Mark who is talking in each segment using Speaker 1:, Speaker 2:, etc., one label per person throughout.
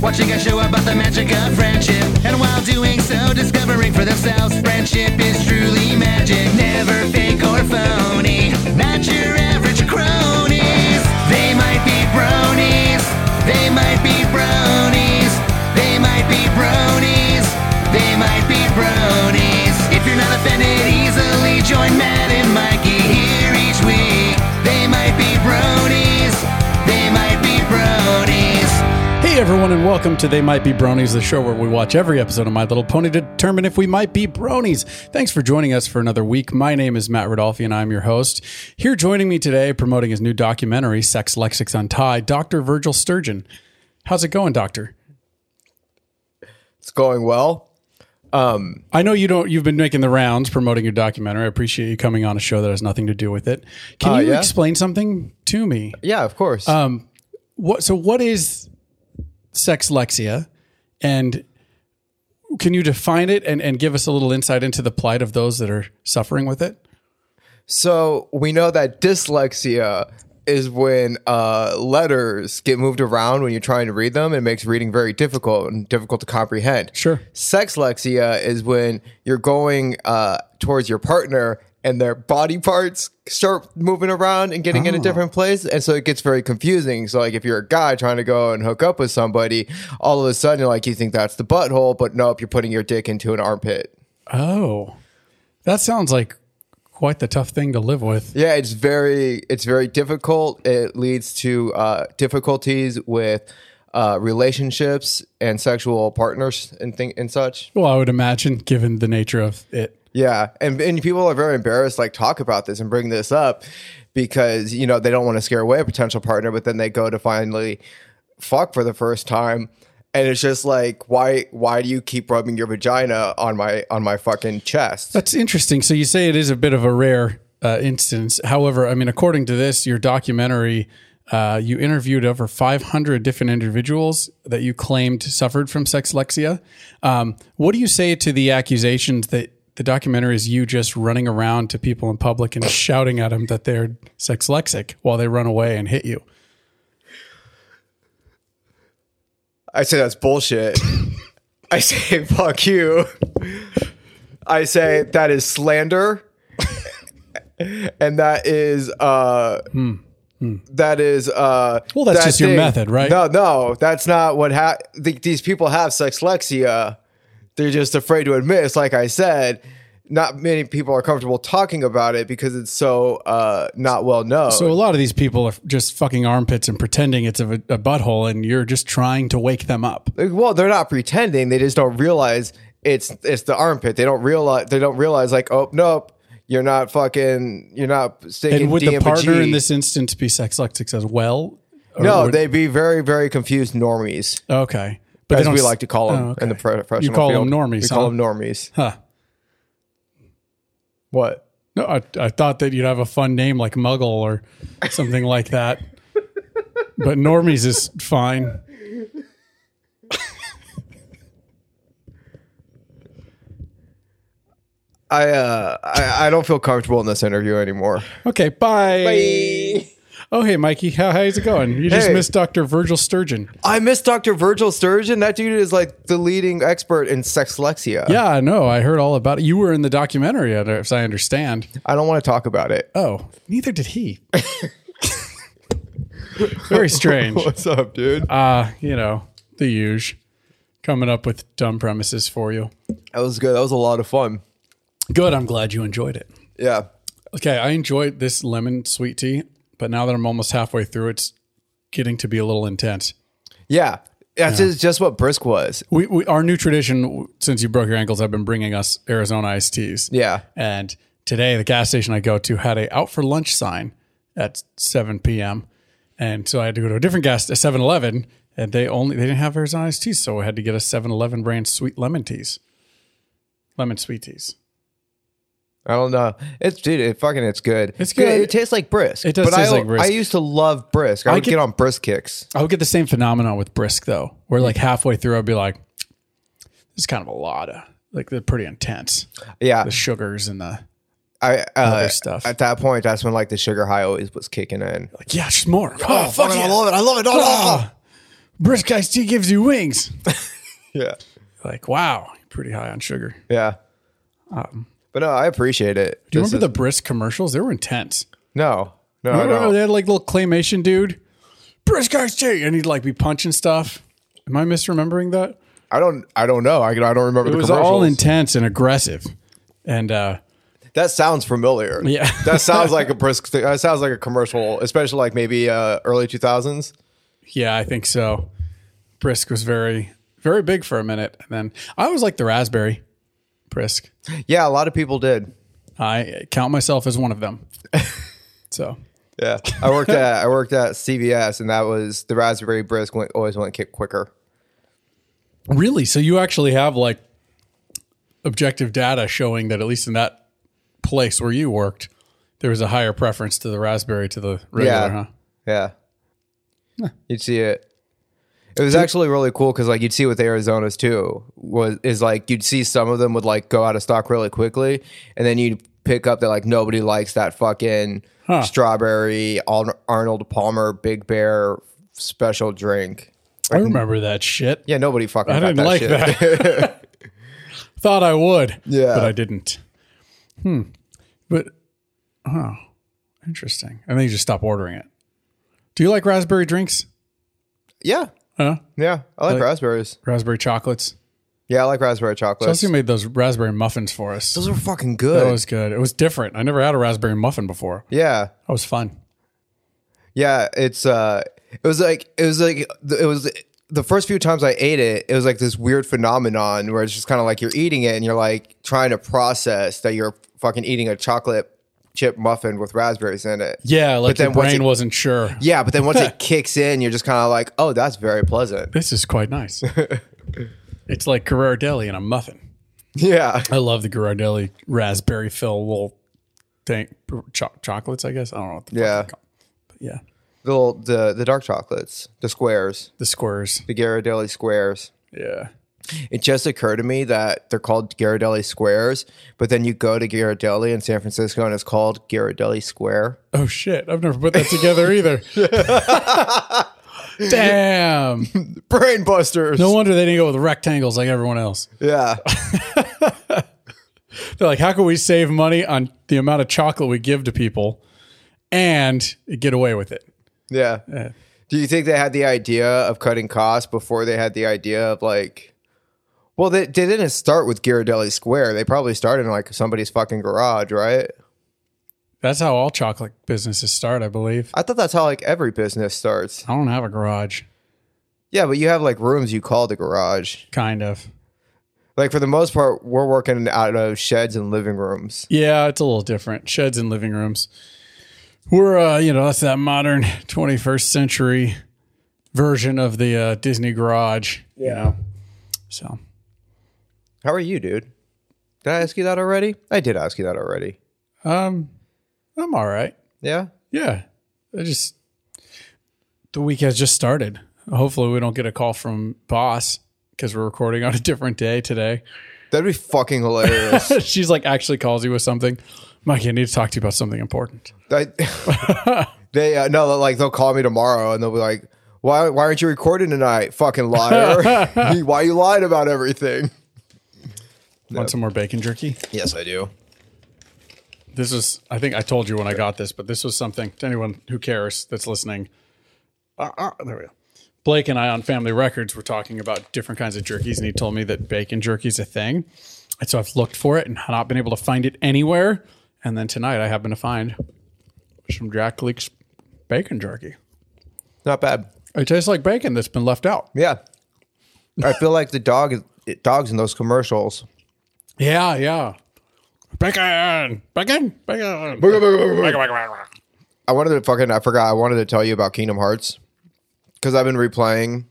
Speaker 1: Watching a show about the magic of friendship. And while doing so, discovering for themselves friendship is truly magic. Never fake or phony. Not your average cronies. They might be bronies. They might be bronies. They might be bronies. They might be bronies. If you're not offended easily, join Matt and Mikey here each week. They might be bronies. They might be bronies.
Speaker 2: Hey everyone, and welcome to They Might Be Bronies, the show where we watch every episode of My Little Pony to determine if we might be bronies. Thanks for joining us for another week. My name is Matt Rodolfi, and I'm your host. Here joining me today, promoting his new documentary, Sex Lexics Untied, Dr. Virgil Sturgeon. How's it going, Doctor?
Speaker 3: It's going well. Um,
Speaker 2: I know you don't. You've been making the rounds promoting your documentary. I appreciate you coming on a show that has nothing to do with it. Can
Speaker 3: Uh,
Speaker 2: you
Speaker 3: yeah.
Speaker 2: explain something to me?
Speaker 3: yeah, of course.
Speaker 2: What? So, what is sexlexia, and can you define it and, and give us a little insight into the plight of those that are suffering with it?
Speaker 3: so we know that dyslexia is when uh, letters get moved around when you're trying to read them. It makes reading very difficult and difficult to comprehend.
Speaker 2: Sure.
Speaker 3: Sexlexia is when you're going uh, towards your partner and their body parts start moving around and getting in a different place. And so it gets very confusing. So like if you're a guy trying to go and hook up with somebody, all of a sudden like you think that's the butthole, but nope, you're putting your dick into an armpit.
Speaker 2: Oh, that sounds like quite the tough thing to live with.
Speaker 3: Yeah, it's very it's very difficult. It leads to uh, difficulties with uh, relationships and sexual partners and thing and such.
Speaker 2: Well, I would imagine, given the nature of it.
Speaker 3: Yeah, and and people are very embarrassed like talk about this and bring this up because you know they don't want to scare away a potential partner, but then they go to finally fuck for the first time. And it's just like, why? Why do you keep rubbing your vagina on my on my fucking chest?
Speaker 2: That's interesting. So you say it is a bit of a rare uh, instance. However, I mean, according to this, your documentary, uh, you interviewed over 500 different individuals that you claimed suffered from sexlexia. Um, what do you say to the accusations that the documentary is you just running around to people in public and shouting at them that they're sexlexic while they run away and hit you?
Speaker 3: I say that's bullshit. I say fuck you. I say that is slander, and that is uh, that is uh.
Speaker 2: Hmm. Well, that's
Speaker 3: that
Speaker 2: just your method, right?
Speaker 3: No, no, that's not what ha- th- these people have sexlexia. They're just afraid to admit. It's like I said. Not many people are comfortable talking about it because it's so uh, not well known.
Speaker 2: So a lot of these people are just fucking armpits and pretending it's a, a butthole, and you're just trying to wake them up.
Speaker 3: Like, well they're not pretending they just don't realize it's it's the armpit they don't realize they don't realize like oh nope you're not fucking you're not sticking
Speaker 2: And would the
Speaker 3: DMPG.
Speaker 2: partner in this instance be sexlexic as well? Or
Speaker 3: no
Speaker 2: would-
Speaker 3: they'd be very very confused normies
Speaker 2: okay, but
Speaker 3: as we like to call them
Speaker 2: oh,
Speaker 3: in the
Speaker 2: okay.
Speaker 3: pro- professional
Speaker 2: call them
Speaker 3: field.
Speaker 2: normies,
Speaker 3: we call
Speaker 2: huh?
Speaker 3: them normies
Speaker 2: Huh.
Speaker 3: what
Speaker 2: No, I, I thought that you'd have a fun name like Muggle or something like that. But normies is fine.
Speaker 3: I, uh, I I don't feel comfortable in this interview anymore.
Speaker 2: Okay, bye. Oh, hey, Mikey, how, how's it going? You just
Speaker 3: Hey.
Speaker 2: missed Dr. Virgil Sturgeon.
Speaker 3: I miss Dr. Virgil Sturgeon. That dude is like the leading expert in sexlexia.
Speaker 2: Yeah, I know. I heard all about it. You were in the documentary, as I understand.
Speaker 3: I don't want to talk about it.
Speaker 2: Oh, neither did he. Very strange.
Speaker 3: What's up, dude?
Speaker 2: Uh, you know, the huge coming up with dumb premises for you.
Speaker 3: that was good. That was a lot of fun.
Speaker 2: Good. I'm glad you enjoyed it.
Speaker 3: Yeah.
Speaker 2: Okay. I enjoyed this lemon sweet tea, but now that I'm almost halfway through, it's getting to be a little intense.
Speaker 3: Yeah. That's Just, just what brisk was.
Speaker 2: We, we our new tradition w- since you broke your ankles, I've been bringing us Arizona iced teas.
Speaker 3: Yeah.
Speaker 2: And today, the gas station I go to had a out for lunch sign at 7 p.m. And so I had to go to a different gas, a 7-Eleven, and they only they didn't have Arizona iced teas, so I had to get a 7-Eleven brand sweet lemon teas, lemon sweet teas.
Speaker 3: I don't know. It's dude, it fucking it's good.
Speaker 2: It's good.
Speaker 3: It, it tastes like brisk.
Speaker 2: It does
Speaker 3: but
Speaker 2: taste
Speaker 3: I,
Speaker 2: like brisk.
Speaker 3: I used to love brisk. I, would
Speaker 2: get-
Speaker 3: get, on brisk kicks.
Speaker 2: I would get the same phenomenon with brisk though, where like halfway through I'd be like, "This is kind of a lot of like they're pretty intense,
Speaker 3: Yeah.
Speaker 2: the sugars and the
Speaker 3: I uh,
Speaker 2: stuff.
Speaker 3: At that point, that's when like the sugar high always was kicking in.
Speaker 2: like yeah, just more. Oh, fuck
Speaker 3: I
Speaker 2: yeah.
Speaker 3: love it. I love it. Oh,
Speaker 2: Ah. brisk iced tea gives you wings.
Speaker 3: Yeah.
Speaker 2: like, wow, you're pretty high on sugar.
Speaker 3: Yeah. but no, I appreciate it.
Speaker 2: Um, Do you remember the brisk commercials? They were intense.
Speaker 3: the no? No, I
Speaker 2: Remember
Speaker 3: don't.
Speaker 2: they had like little claymation dude, brisk iced tea, and he'd like be punching stuff. Am I misremembering that?
Speaker 3: I don't. I don't know. I, I don't remember
Speaker 2: It
Speaker 3: the
Speaker 2: was
Speaker 3: commercials.
Speaker 2: all intense and aggressive, and uh,
Speaker 3: That sounds familiar.
Speaker 2: Yeah.
Speaker 3: that sounds like a brisk. That sounds like a commercial, especially like maybe uh, early two thousands.
Speaker 2: yeah, I think so. Brisk was very, very big for a minute, and then I always liked the raspberry brisk.
Speaker 3: Yeah, a lot of people did.
Speaker 2: I count myself as one of them. so
Speaker 3: Yeah, I worked at I worked at CVS, and that was the raspberry brisk went, always went kick quicker.
Speaker 2: really, so you actually have like objective data showing that at least in that place where you worked, there was a higher preference to the raspberry to the regular,
Speaker 3: Yeah.
Speaker 2: huh?
Speaker 3: Yeah, you'd see it. It was actually really cool because like you'd see with Arizona's too was is like you'd see some of them would like go out of stock really quickly, and then you'd pick up that like nobody likes that fucking
Speaker 2: Huh.
Speaker 3: strawberry Al- Arnold Palmer Big Bear special drink.
Speaker 2: I remember that shit.
Speaker 3: Yeah, nobody fucking.
Speaker 2: I
Speaker 3: got
Speaker 2: didn't like
Speaker 3: shit.
Speaker 2: that. Thought I would.
Speaker 3: Yeah.
Speaker 2: But I didn't. Hmm. But, oh, interesting. And then you just stop ordering it. Do you like raspberry drinks?
Speaker 3: Yeah,
Speaker 2: Huh?
Speaker 3: yeah, I like,
Speaker 2: Like-
Speaker 3: raspberries.
Speaker 2: Raspberry chocolates?
Speaker 3: Yeah, I like raspberry chocolates.
Speaker 2: Chelsea made those raspberry muffins for us.
Speaker 3: Those are
Speaker 2: That
Speaker 3: fucking good.
Speaker 2: was good. It was different. I never had a raspberry muffin before.
Speaker 3: yeah,
Speaker 2: That was fun.
Speaker 3: yeah. It's uh, it was like it was like it was the first few times I ate it. It was like this weird phenomenon where it's just kind of like you're eating it and you're like trying to process that you're fucking eating a chocolate chip muffin with raspberries in it.
Speaker 2: Yeah, like
Speaker 3: then
Speaker 2: your
Speaker 3: once
Speaker 2: brain
Speaker 3: it-
Speaker 2: wasn't sure.
Speaker 3: Yeah, but then once it kicks in, you're just kind of like, oh, that's very pleasant.
Speaker 2: This is quite nice. it's like Ghirardelli and a muffin.
Speaker 3: Yeah,
Speaker 2: I love the Ghirardelli raspberry fill little thing, cho- chocolates. I guess I don't know. What the fuck
Speaker 3: Yeah.
Speaker 2: they're called. but yeah,
Speaker 3: the little, the the dark chocolates, the squares,
Speaker 2: the squares.
Speaker 3: the Ghirardelli squares.
Speaker 2: Yeah,
Speaker 3: It just occurred to me that they're called Ghirardelli squares, but then you go to Ghirardelli in San Francisco and it's called Ghirardelli Square.
Speaker 2: Oh shit! I've never put that together either. Damn!
Speaker 3: Brain busters.
Speaker 2: No wonder they didn't go with rectangles like everyone else.
Speaker 3: Yeah.
Speaker 2: They're like, how can we save money on the amount of chocolate we give to people and get away with it?
Speaker 3: Yeah. Do you think they had the idea of cutting costs before they had the idea of like well, they, they didn't start with Ghirardelli Square. They probably started in like somebody's fucking garage, right?
Speaker 2: That's how all chocolate businesses start, I believe.
Speaker 3: I thought that's how like every business starts.
Speaker 2: I don't have a garage.
Speaker 3: Yeah, but you have like rooms you call the garage.
Speaker 2: Kind of.
Speaker 3: Like for the most part, we're working out of sheds and living rooms.
Speaker 2: Yeah, it's a little different. Sheds and living rooms. We're uh, you know, that's that modern 21st century version of the uh, Disney garage, you know. So,
Speaker 3: How are you, dude? Did I ask you that already? I did ask you that already.
Speaker 2: um I'm all right.
Speaker 3: Yeah.
Speaker 2: Yeah. I just the week has just started. Hopefully we don't get a call from boss because we're recording on a different day today.
Speaker 3: That'd be fucking hilarious.
Speaker 2: She's like actually calls you with something. Mikey, I need to talk to you about something important.
Speaker 3: I- they uh, no, like they'll call me tomorrow and they'll be like, "Why, why aren't you recording tonight? Fucking liar! why you lied about everything?"
Speaker 2: Want some more bacon jerky?
Speaker 3: Yes, I do.
Speaker 2: this was i think i told you when i got this but this was something to anyone who cares that's listening uh, uh, there we go blake and i on family records were talking about different kinds of jerkies and he told me that bacon jerky is a thing and so i've looked for it and not been able to find it anywhere and then tonight i happen to find some jack leeks bacon jerky
Speaker 3: Not bad.
Speaker 2: it tastes like bacon that's been left out
Speaker 3: Yeah, I feel like the dog, is- it- dogs in those commercials.
Speaker 2: yeah yeah bacon bacon bacon
Speaker 3: I wanted to fucking, I forgot. I wanted to tell you about Kingdom Hearts because I've been replaying.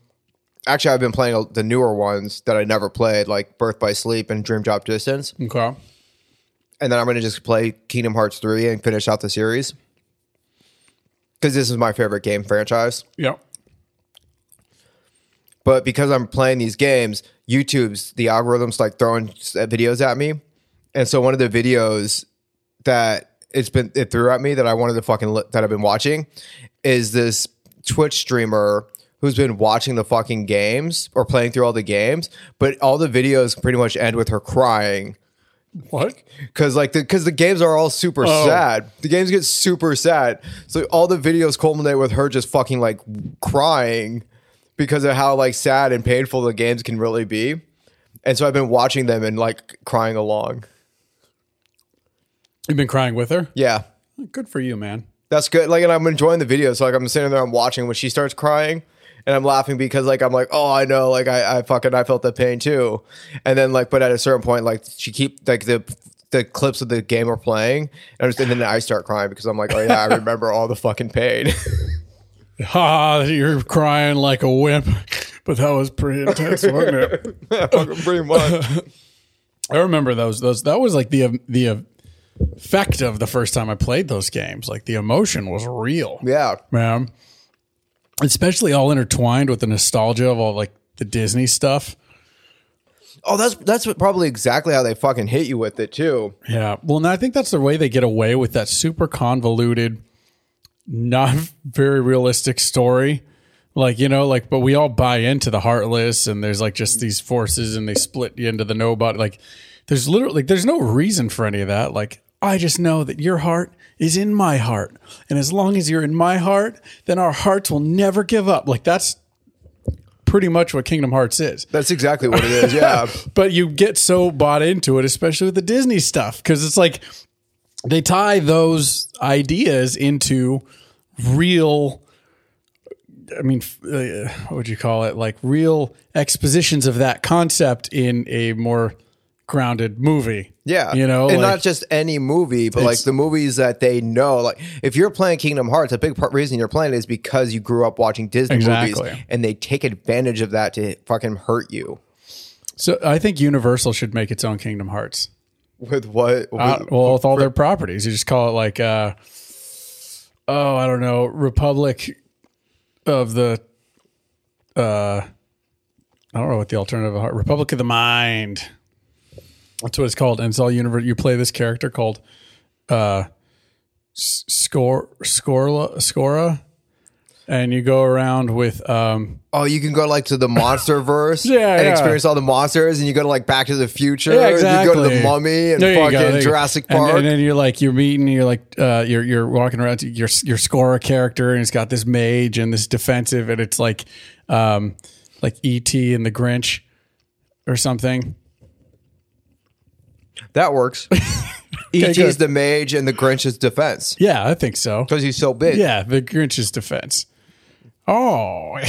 Speaker 3: Actually, I've been playing the newer ones that I never played, like Birth by Sleep and Dream Job Distance.
Speaker 2: okay
Speaker 3: and then I'm gonna just play Kingdom Hearts three and finish out the series because this is my favorite game franchise.
Speaker 2: yep
Speaker 3: But because I'm playing these games, YouTube's the algorithms like throwing s- uh, videos at me, and so one of the videos that it's been it threw at me that I wanted to fucking li- that I've been watching is this Twitch streamer who's been watching the fucking games or playing through all the games, but all the videos pretty much end with her crying
Speaker 2: What?
Speaker 3: because like because the, games are all super
Speaker 2: Oh.
Speaker 3: sad. The games get super sad, so all the videos culminate with her just fucking like crying because of how like sad and painful the games can really be. And so I've been watching them and like crying along.
Speaker 2: You've been crying with her?
Speaker 3: Yeah,
Speaker 2: Good for you, man.
Speaker 3: that's good. Like, and I'm enjoying the video. So like I'm sitting there, I'm watching when she starts crying. And I'm laughing because like I'm like, oh, I know, like I, I fucking I felt the pain too. And then like, but at a certain point, like she keep like the the clips of the game are playing, and, I'm just, and then I start crying because I'm like, oh yeah, I remember all the fucking pain.
Speaker 2: Ha, Ah, you're crying like a wimp. But that was pretty intense, wasn't it?
Speaker 3: Fucking Pretty much.
Speaker 2: I remember those those that was like the um, the uh, effect of the first time I played those games. Like the emotion was real.
Speaker 3: Yeah.
Speaker 2: Man. Especially all intertwined with the nostalgia of all like the Disney stuff.
Speaker 3: Oh, that's that's what- probably exactly how they fucking hit you with it too.
Speaker 2: Yeah. Well, and I think that's the way they get away with that super convoluted, not very realistic story. Like, you know, like, but we all buy into the heartless and there's like just these forces and they split you into the nobody. Like, there's literally, like, there's no reason for any of that. Like, I just know that your heart is in my heart. And as long as you're in my heart, then our hearts will never give up. Like, that's pretty much what Kingdom Hearts is
Speaker 3: That's exactly what it is. Yeah.
Speaker 2: but you get so bought into it, especially with the Disney stuff, because it's like they tie those ideas into real. I mean, f- uh, what would you call it? Like real expositions of that concept in a more grounded movie.
Speaker 3: Yeah.
Speaker 2: you know,
Speaker 3: and
Speaker 2: like-
Speaker 3: not just any movie, but like
Speaker 2: It's-
Speaker 3: the movies that they know. Like if you're playing Kingdom Hearts, a big part reason you're playing it is because you grew up watching Disney movies
Speaker 2: Exactly.
Speaker 3: and they take advantage of that to fucking hurt you.
Speaker 2: so I think Universal should make its own Kingdom Hearts.
Speaker 3: With what?
Speaker 2: Uh, well, with all their properties, you just call it like, uh, oh, I don't know, Republic of the, uh, I don't know what the alternative are, Republic of the Mind. That's what it's called, and it's all universe. You play this character called uh, S- Scor Scorla Scora, and you go around with um,
Speaker 3: oh, you can go like to the monster verse
Speaker 2: Yeah,
Speaker 3: and
Speaker 2: yeah.
Speaker 3: experience all the monsters, and you go to like Back to the Future,
Speaker 2: Yeah,
Speaker 3: and you go to the
Speaker 2: exactly.
Speaker 3: Mummy and
Speaker 2: There you go, there you
Speaker 3: fucking
Speaker 2: go.
Speaker 3: Jurassic
Speaker 2: And-
Speaker 3: Park.
Speaker 2: And, then you're like you're meeting, you're like uh, you're you're walking around to your your scorer character, and it's got this mage and this defensive, and it's like um, like ET and the Grinch or something.
Speaker 3: that works. E.T.
Speaker 2: good.
Speaker 3: is the mage and the Grinch's defense
Speaker 2: Yeah, I think so.
Speaker 3: because he's so big.
Speaker 2: Yeah, the Grinch's defense. Oh. I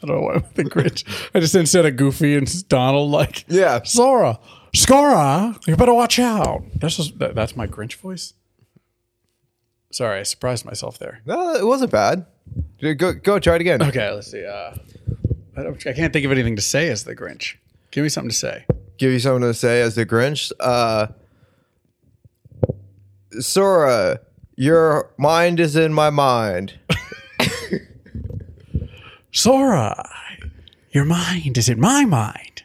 Speaker 2: don't know why I'm the Grinch. I just instead of Goofy and Donald, like
Speaker 3: Yeah.
Speaker 2: Zora, Scora, you better watch out. That's just, that, that's my Grinch voice. Sorry, I surprised myself there.
Speaker 3: No, it wasn't bad. Go, go try it again.
Speaker 2: Okay, let's see. Uh, I, don't, I can't think of anything to say as the Grinch. Give me something to say.
Speaker 3: give you something to say as the Grinch. Uh, Sora, your mind is in my mind.
Speaker 2: Sora, your mind is in my mind.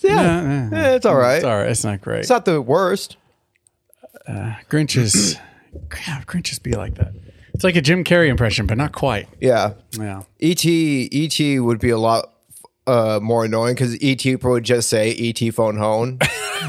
Speaker 3: Yeah, eh, it's all right.
Speaker 2: It's all right. It's not great.
Speaker 3: It's not the worst.
Speaker 2: Grinches, yeah, Grinches be like that. It's like a Jim Carrey impression, but not quite.
Speaker 3: Yeah, E
Speaker 2: Yeah.
Speaker 3: ET ET would be a lot uh, more annoying because ET would just say ET phone home.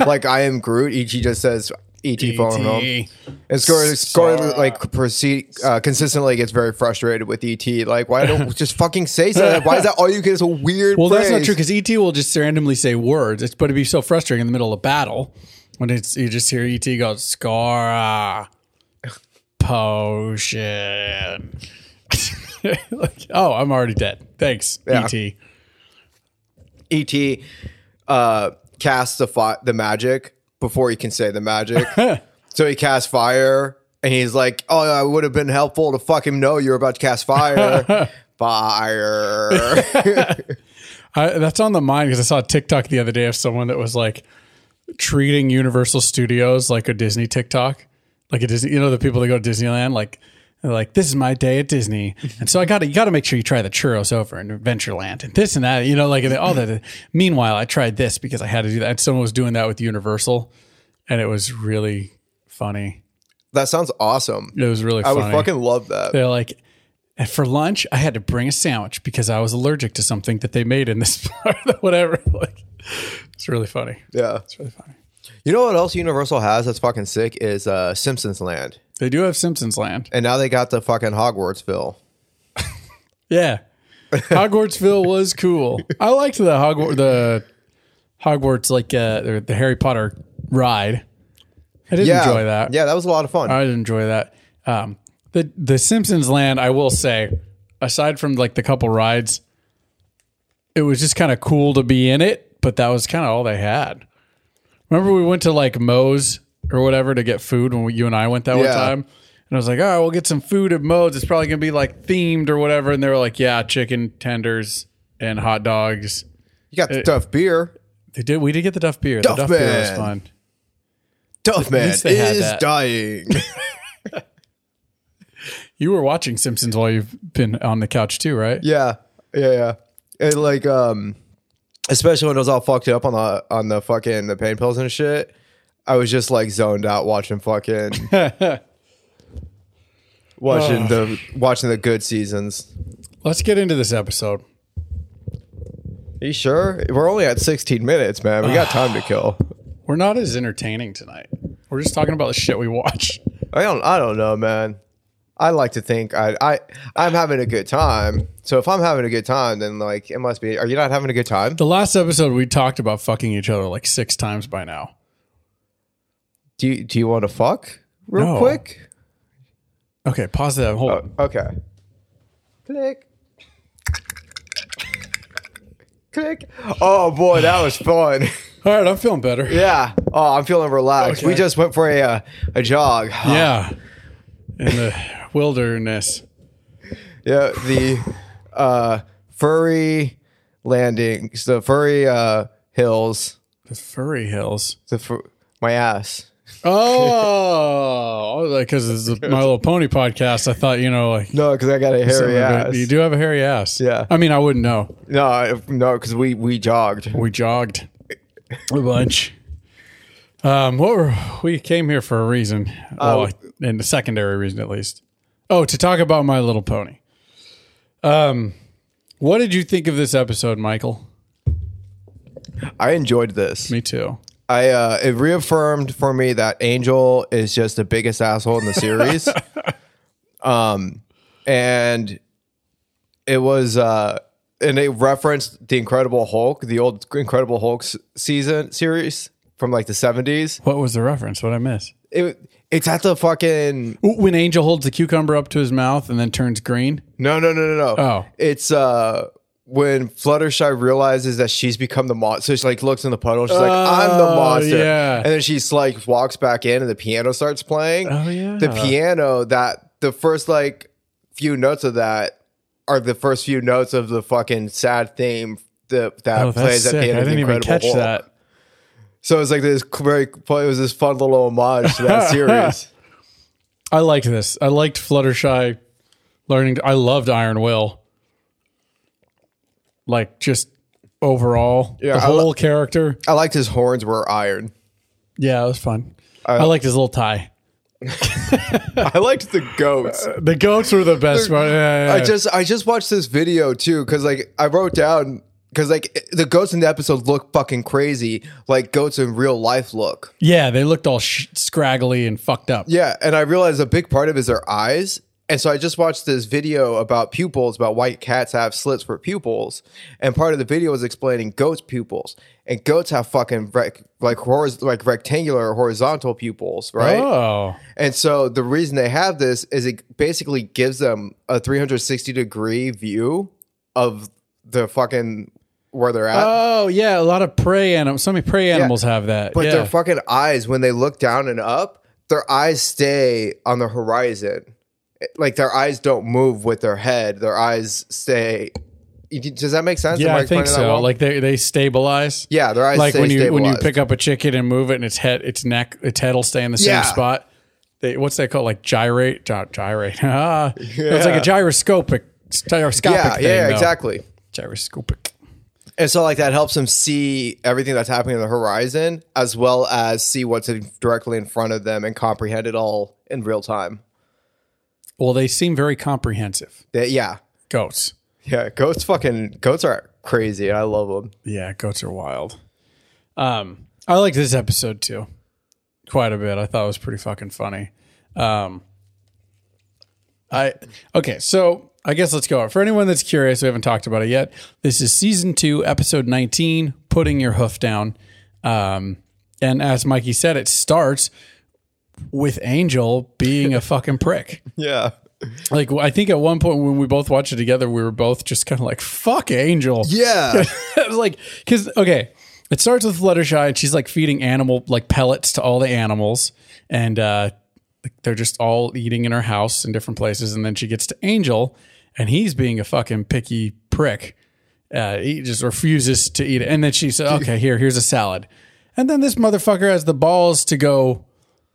Speaker 3: like I am Groot. ET just says ET,
Speaker 2: E
Speaker 3: phone home. And Sora, Sora like proceed uh, consistently gets very frustrated with ET. Like why don't just fucking say something? Why is that all you get is a weird?
Speaker 2: Well, that's not
Speaker 3: phrase?
Speaker 2: true because ET will just randomly say words. It's but it'd be so frustrating in the middle of battle when it's you just hear ET go Scora potion. like, oh, I'm already dead. Thanks, E
Speaker 3: Yeah.
Speaker 2: ET.
Speaker 3: ET E uh, casts the fi- the magic before he can say the magic. so he casts fire, and he's like, "Oh, I would have been helpful to fuck him know you're about to cast fire." Fire.
Speaker 2: I, that's on the mind because I saw a TikTok the other day of someone that was like treating Universal Studios like a Disney TikTok, like a Disney. You know the people that go to Disneyland, like they're like this is my day at Disney, and so I got to you got to make sure you try the churros over in Adventureland and this and that. You know, like and all that. Meanwhile, I tried this because I had to do that. And someone was doing that with Universal, and it was really funny.
Speaker 3: that sounds awesome.
Speaker 2: It was really.
Speaker 3: I
Speaker 2: funny.
Speaker 3: would fucking love that.
Speaker 2: They're like, And for lunch, I had to bring a sandwich because I was allergic to something that they made in this part, whatever. Like, it's really funny.
Speaker 3: Yeah.
Speaker 2: It's really funny.
Speaker 3: You know what else Universal has that's fucking sick is uh, Simpsons Land,
Speaker 2: They do have Simpsons Land.
Speaker 3: and now they got the fucking Hogwartsville.
Speaker 2: Yeah. Hogwartsville was cool. I liked the Hogwarts, the Hogwarts, like uh, the- the Harry Potter ride. I did
Speaker 3: Yeah,
Speaker 2: enjoy that. Uh,
Speaker 3: Yeah, that was a lot of fun.
Speaker 2: I did enjoy that. Um, the The Simpsons Land, I will say, aside from like the couple rides, it was just kind of cool to be in it, but that was kind of all they had. Remember, we went to like Moe's or whatever to get food when we, you and I went that one
Speaker 3: Yeah.
Speaker 2: time, and I was like, "All right, we'll get some food at Moe's. It's probably gonna be like themed or whatever." And they were like, "Yeah, chicken tenders and hot dogs."
Speaker 3: you got the Duff beer.
Speaker 2: They did. We did get the Duff beer.
Speaker 3: Duff
Speaker 2: the Duff beer was
Speaker 3: Man.
Speaker 2: fun.
Speaker 3: Duff man
Speaker 2: least they had
Speaker 3: is
Speaker 2: that.
Speaker 3: dying.
Speaker 2: You were watching Simpsons while you've been on the couch too, right?
Speaker 3: yeah, yeah, yeah. And like, um, especially when it was all fucked up on the on the fucking the pain pills and shit. I was just like zoned out watching fucking watching the watching the good seasons.
Speaker 2: Let's get into this episode.
Speaker 3: Are you sure? We're only at 16 minutes, man. We got time to kill.
Speaker 2: We're not as entertaining tonight. We're just talking about the shit we watch.
Speaker 3: I don't I don't know, man. I like to think I I I'm having a good time. So if I'm having a good time, then like it must be. Are you not having a good time?
Speaker 2: The last episode we talked about fucking each other like six times by now.
Speaker 3: Do you do you want to fuck real
Speaker 2: No.
Speaker 3: quick?
Speaker 2: Okay, pause that. Hold on.
Speaker 3: Oh, Okay. Click. Click. Oh boy, that was fun.
Speaker 2: All right, I'm feeling better. Yeah.
Speaker 3: Uh, yeah. Oh, I'm feeling relaxed. We
Speaker 2: Okay.
Speaker 3: just went for a uh, a jog.
Speaker 2: In the wilderness.
Speaker 3: Yeah, the uh, furry landings, the furry uh, hills,
Speaker 2: The furry hills.
Speaker 3: the fur- my ass.
Speaker 2: Oh, because it's the My Little Pony podcast. I thought, you know, like,
Speaker 3: No, because I got a hairy ass.
Speaker 2: you do have a hairy ass.
Speaker 3: Yeah.
Speaker 2: I mean, I wouldn't know.
Speaker 3: No, I- no, because we we jogged.
Speaker 2: We jogged a bunch. Um, what were, we came here for a reason,
Speaker 3: Uh,
Speaker 2: well, and the secondary reason at least. Oh, to talk about My Little Pony. Um, what did you think of this episode, Michael?
Speaker 3: I enjoyed this.
Speaker 2: Me too.
Speaker 3: I uh, it reaffirmed for me that Angel is just the biggest asshole in the series. um, and it was uh, and they referenced the Incredible Hulk, the old Incredible Hulk s- season series from like the seventies.
Speaker 2: What was the reference? What I miss?
Speaker 3: It it's at the fucking
Speaker 2: Ooh, when Angel holds the cucumber up to his mouth and then turns green.
Speaker 3: no no no no no.
Speaker 2: Oh.
Speaker 3: it's uh. When Fluttershy realizes that she's become the monster, so she like looks in the puddle. She's like, "I'm the
Speaker 2: Oh,
Speaker 3: monster,"
Speaker 2: yeah.
Speaker 3: and then she's like walks back in, and the piano starts playing.
Speaker 2: Oh yeah.
Speaker 3: the piano that the first like few notes of that are the first few notes of the fucking sad theme that that
Speaker 2: Oh, that's
Speaker 3: plays
Speaker 2: sick.
Speaker 3: at the end
Speaker 2: I
Speaker 3: of the
Speaker 2: didn't even
Speaker 3: Incredible
Speaker 2: catch
Speaker 3: Hulk.
Speaker 2: that.
Speaker 3: So it was like this very it was this fun little homage to that series.
Speaker 2: I liked this. I liked Fluttershy learning. I loved Iron Will. Like just overall,
Speaker 3: Yeah,
Speaker 2: the
Speaker 3: I lo-
Speaker 2: whole character.
Speaker 3: I liked his horns were iron.
Speaker 2: Yeah, it was fun. I liked his little tie.
Speaker 3: I liked the goats.
Speaker 2: The goats were the best part. Uh, Yeah, yeah,
Speaker 3: I
Speaker 2: yeah.
Speaker 3: just I just watched this video too because like I wrote down because like the goats in the episode look fucking crazy like goats in real life look.
Speaker 2: Yeah, they looked all sh- scraggly and fucked up.
Speaker 3: Yeah, and I realized a big part of it is their eyes. And so I just watched this video about pupils, about white cats have slits for pupils, and part of the video was explaining goats' pupils, and goats have fucking rec- like horiz- like rectangular or horizontal pupils, right?
Speaker 2: Oh,
Speaker 3: And so the reason they have this is it basically gives them a 360 degree view of the fucking where they're at.
Speaker 2: oh yeah. A lot of prey animals. So many prey animals have that.
Speaker 3: But
Speaker 2: yeah.
Speaker 3: their fucking eyes, when they look down and up, their eyes stay on the horizon. Like their eyes don't move with their head. Their eyes stay. Does that make sense?
Speaker 2: yeah,
Speaker 3: Am
Speaker 2: I think
Speaker 3: explaining that
Speaker 2: so.
Speaker 3: well?
Speaker 2: Like they they stabilize.
Speaker 3: yeah, their eyes
Speaker 2: like
Speaker 3: stay
Speaker 2: when you when you
Speaker 3: stabilized.
Speaker 2: pick up a chicken and move it and its head its neck its head will stay in the same
Speaker 3: Yeah.
Speaker 2: spot they what's that called like gyrate Gy- gyrate ah it's like a gyroscopic gyroscopic
Speaker 3: Yeah,
Speaker 2: thing,
Speaker 3: yeah,
Speaker 2: though.
Speaker 3: exactly.
Speaker 2: gyroscopic
Speaker 3: And so, like that helps them see everything that's happening on the horizon, as well as see what's in, directly in front of them and comprehend it all in real time.
Speaker 2: Well, they seem very comprehensive.
Speaker 3: That- yeah,
Speaker 2: Goats.
Speaker 3: yeah. Goats fucking goats are crazy. I love them.
Speaker 2: Yeah, goats are wild. Um, I liked this episode too, quite a bit. I thought it was pretty fucking funny. Um, I okay, so I guess let's go. For anyone that's curious, we haven't talked about it yet. This is season two, episode nineteen, putting your hoof down. Um, and as Mikey said, it starts with Angel being a fucking prick.
Speaker 3: Yeah,
Speaker 2: Like I think at one point when we both watched it together, we were both just kind of like, "Fuck Angel."
Speaker 3: yeah,
Speaker 2: I was like, because okay, it starts with Fluttershy, and she's like feeding animal like pellets to all the animals, and uh, they're just all eating in her house in different places. And then she gets to Angel, and he's being a fucking picky prick. Uh, he just refuses to eat it, and then she said, "Okay, here, here's a salad." And then this motherfucker has the balls to go,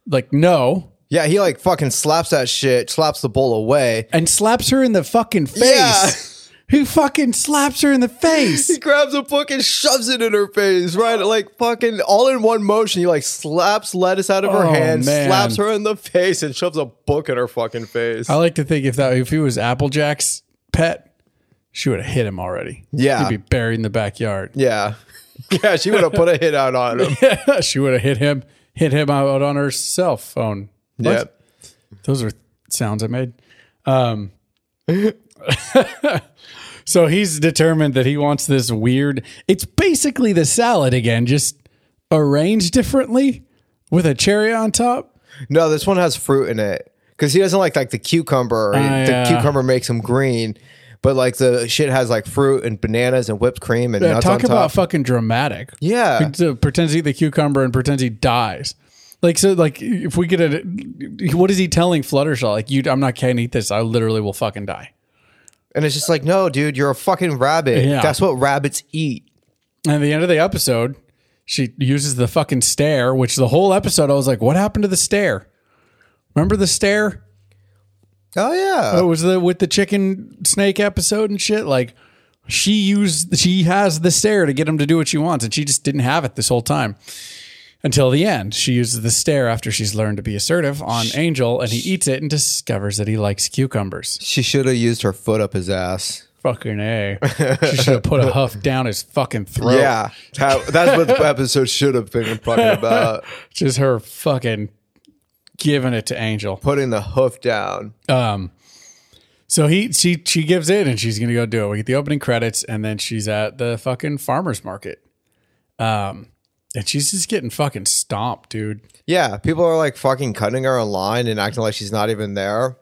Speaker 2: like, no,
Speaker 3: yeah. He like fucking slaps that shit, slaps the bowl away.
Speaker 2: and slaps her in the fucking
Speaker 3: Yeah.
Speaker 2: face. Who fucking slaps her in the face?
Speaker 3: He grabs a book and shoves it in her face, right? Like fucking all in one motion. He like slaps lettuce out of her
Speaker 2: Oh,
Speaker 3: hand,
Speaker 2: man.
Speaker 3: slaps her in the face, and shoves a book in her fucking face.
Speaker 2: I like to think if that if he was Applejack's pet, she would have hit him already.
Speaker 3: Yeah.
Speaker 2: he'd be buried in the backyard.
Speaker 3: yeah. Yeah, she would have put a hit out on him.
Speaker 2: she would have hit him, hit him out on her cell phone. What?
Speaker 3: Yeah.
Speaker 2: those are sounds I made. Um, so he's determined that he wants this weird. It's basically the salad again, just arranged differently with a cherry on top.
Speaker 3: No, this one has fruit in it because he doesn't like like the cucumber. the
Speaker 2: Oh, yeah.
Speaker 3: cucumber makes him green, but like the shit has like fruit and bananas and whipped cream and
Speaker 2: Yeah,
Speaker 3: nuts
Speaker 2: talk
Speaker 3: on
Speaker 2: about
Speaker 3: top.
Speaker 2: fucking dramatic.
Speaker 3: Yeah.
Speaker 2: He t- pretends to eat the cucumber and pretends he dies. Like so, like if we get a, what is he telling Fluttershy? Like you, I'm not can't eat this. I literally will fucking die.
Speaker 3: and it's just like, no, dude, you're a fucking rabbit.
Speaker 2: Yeah.
Speaker 3: That's what rabbits eat.
Speaker 2: And at the end of the episode, she uses the fucking stare, which the whole episode I was like, what happened to the stare? Remember the stare?
Speaker 3: Oh yeah,
Speaker 2: It was the with the chicken snake episode and shit. Like she used, she has the stare to get him to do what she wants, and she just didn't have it this whole time until the end. She uses the stare after she's learned to be assertive on Angel, and he eats it and discovers that he likes cucumbers.
Speaker 3: she should have used her foot up his ass.
Speaker 2: Fucking a, she should have put a huff down his fucking throat.
Speaker 3: Yeah, That- that's what the episode should have been fucking about.
Speaker 2: just her fucking giving it to Angel.
Speaker 3: Putting the hoof down.
Speaker 2: Um, so he she she gives in and she's gonna go do it. We get the opening credits and then she's at the fucking farmers market. Um, and she's just getting fucking stomped, dude.
Speaker 3: Yeah, people are like fucking cutting her online and acting like she's not even there.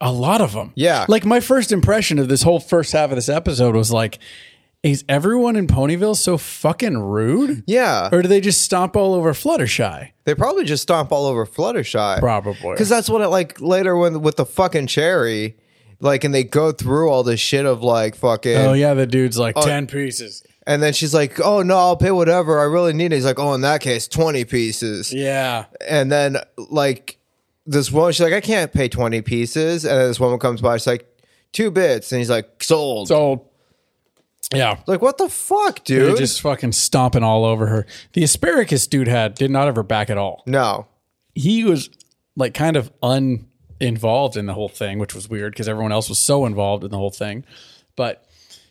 Speaker 2: A lot of them.
Speaker 3: Yeah.
Speaker 2: Like my first impression of this whole first half of this episode was like, is everyone in Ponyville so fucking rude?
Speaker 3: Yeah,
Speaker 2: Or do they just stomp all over Fluttershy?
Speaker 3: they probably just stomp all over Fluttershy.
Speaker 2: Probably.
Speaker 3: Because that's what it like later when with the fucking cherry, like, and they go through all this shit of like fucking,
Speaker 2: Oh yeah, the dude's like ten pieces.
Speaker 3: and then she's like, "Oh no, I'll pay whatever I really need." it." He's like, "Oh, in that case, twenty pieces."
Speaker 2: Yeah.
Speaker 3: And then like this woman, she's like, "I can't pay twenty pieces," and then this woman comes by, she's like, two bits," and he's like, "Sold."
Speaker 2: So yeah,
Speaker 3: like what the fuck,
Speaker 2: They're
Speaker 3: dude?
Speaker 2: just fucking stomping all over her. The asparagus dude had did not have her back at all.
Speaker 3: no.
Speaker 2: He was like kind of uninvolved in the whole thing, which was weird because everyone else was so involved in the whole thing. But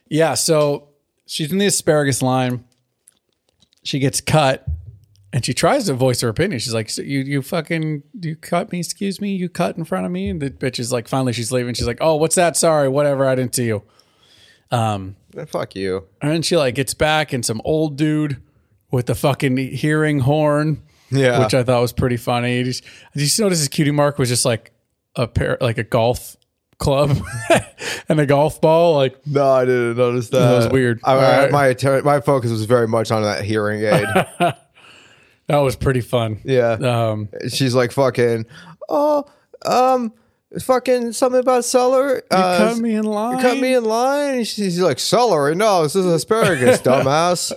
Speaker 2: yeah, so she's in the asparagus line. She gets cut, and she tries to voice her opinion. She's like, "So "You you fucking you cut me? Excuse me? You cut in front of me?" And the bitch is like, finally, she's leaving. She's like, "Oh, what's that? Sorry, whatever. I didn't see you."
Speaker 3: Eh, Fuck you.
Speaker 2: And then she like gets back and some old dude with the fucking hearing horn,
Speaker 3: Yeah.
Speaker 2: which I thought was pretty funny. Did you, did you just notice his cutie mark was just like a pair, like a golf club and a golf ball? Like,
Speaker 3: no, I didn't notice that. That
Speaker 2: was weird.
Speaker 3: I, I-
Speaker 2: All right.
Speaker 3: My atten- my focus was very much on that hearing aid.
Speaker 2: that was pretty fun.
Speaker 3: yeah.
Speaker 2: Um,
Speaker 3: she's like fucking oh um fucking something about celery uh,
Speaker 2: cut me in line.
Speaker 3: cut me in line she's like celery no this is asparagus dumbass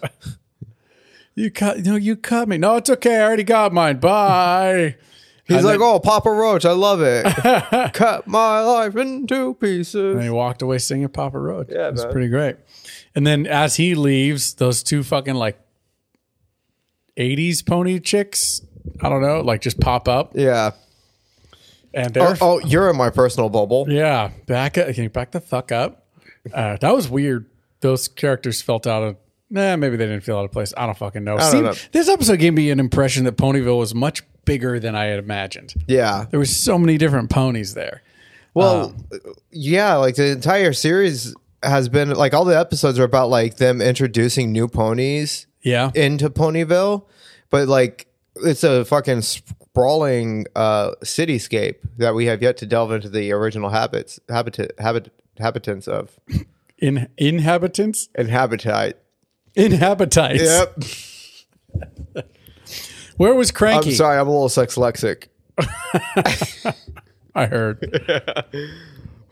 Speaker 2: You cut, no, you cut me. No, it's okay. I already got mine. Bye.
Speaker 3: he's
Speaker 2: And
Speaker 3: like
Speaker 2: then-
Speaker 3: oh papa roach i love it cut my life into pieces
Speaker 2: And he walked away singing Papa Roach. Yeah, it was
Speaker 3: man.
Speaker 2: pretty great. And then as he leaves, those two fucking like 80s pony chicks, I don't know, like just pop up.
Speaker 3: yeah
Speaker 2: And they're
Speaker 3: Oh, oh, you're in my personal bubble.
Speaker 2: yeah, back up. Can you back the fuck up? Uh, that was weird. Those characters felt out of. Nah, maybe they didn't feel out of place. I don't fucking know.
Speaker 3: don't
Speaker 2: See,
Speaker 3: know.
Speaker 2: This episode gave me an impression that Ponyville was much bigger than I had imagined.
Speaker 3: Yeah.
Speaker 2: There was so many different ponies there. Um,
Speaker 3: Well, yeah, like the entire series has been like all the episodes are about like them introducing new ponies
Speaker 2: Yeah.
Speaker 3: into Ponyville, but like it's a fucking sprawling uh cityscape that we have yet to delve into the original habits habitat habit habitants of
Speaker 2: In inhabitants,
Speaker 3: inhabitat.
Speaker 2: inhabitites.
Speaker 3: Yep.
Speaker 2: Where was
Speaker 3: I'm
Speaker 2: Cranky?
Speaker 3: sorry, I'm a little sexlexic.
Speaker 2: I heard.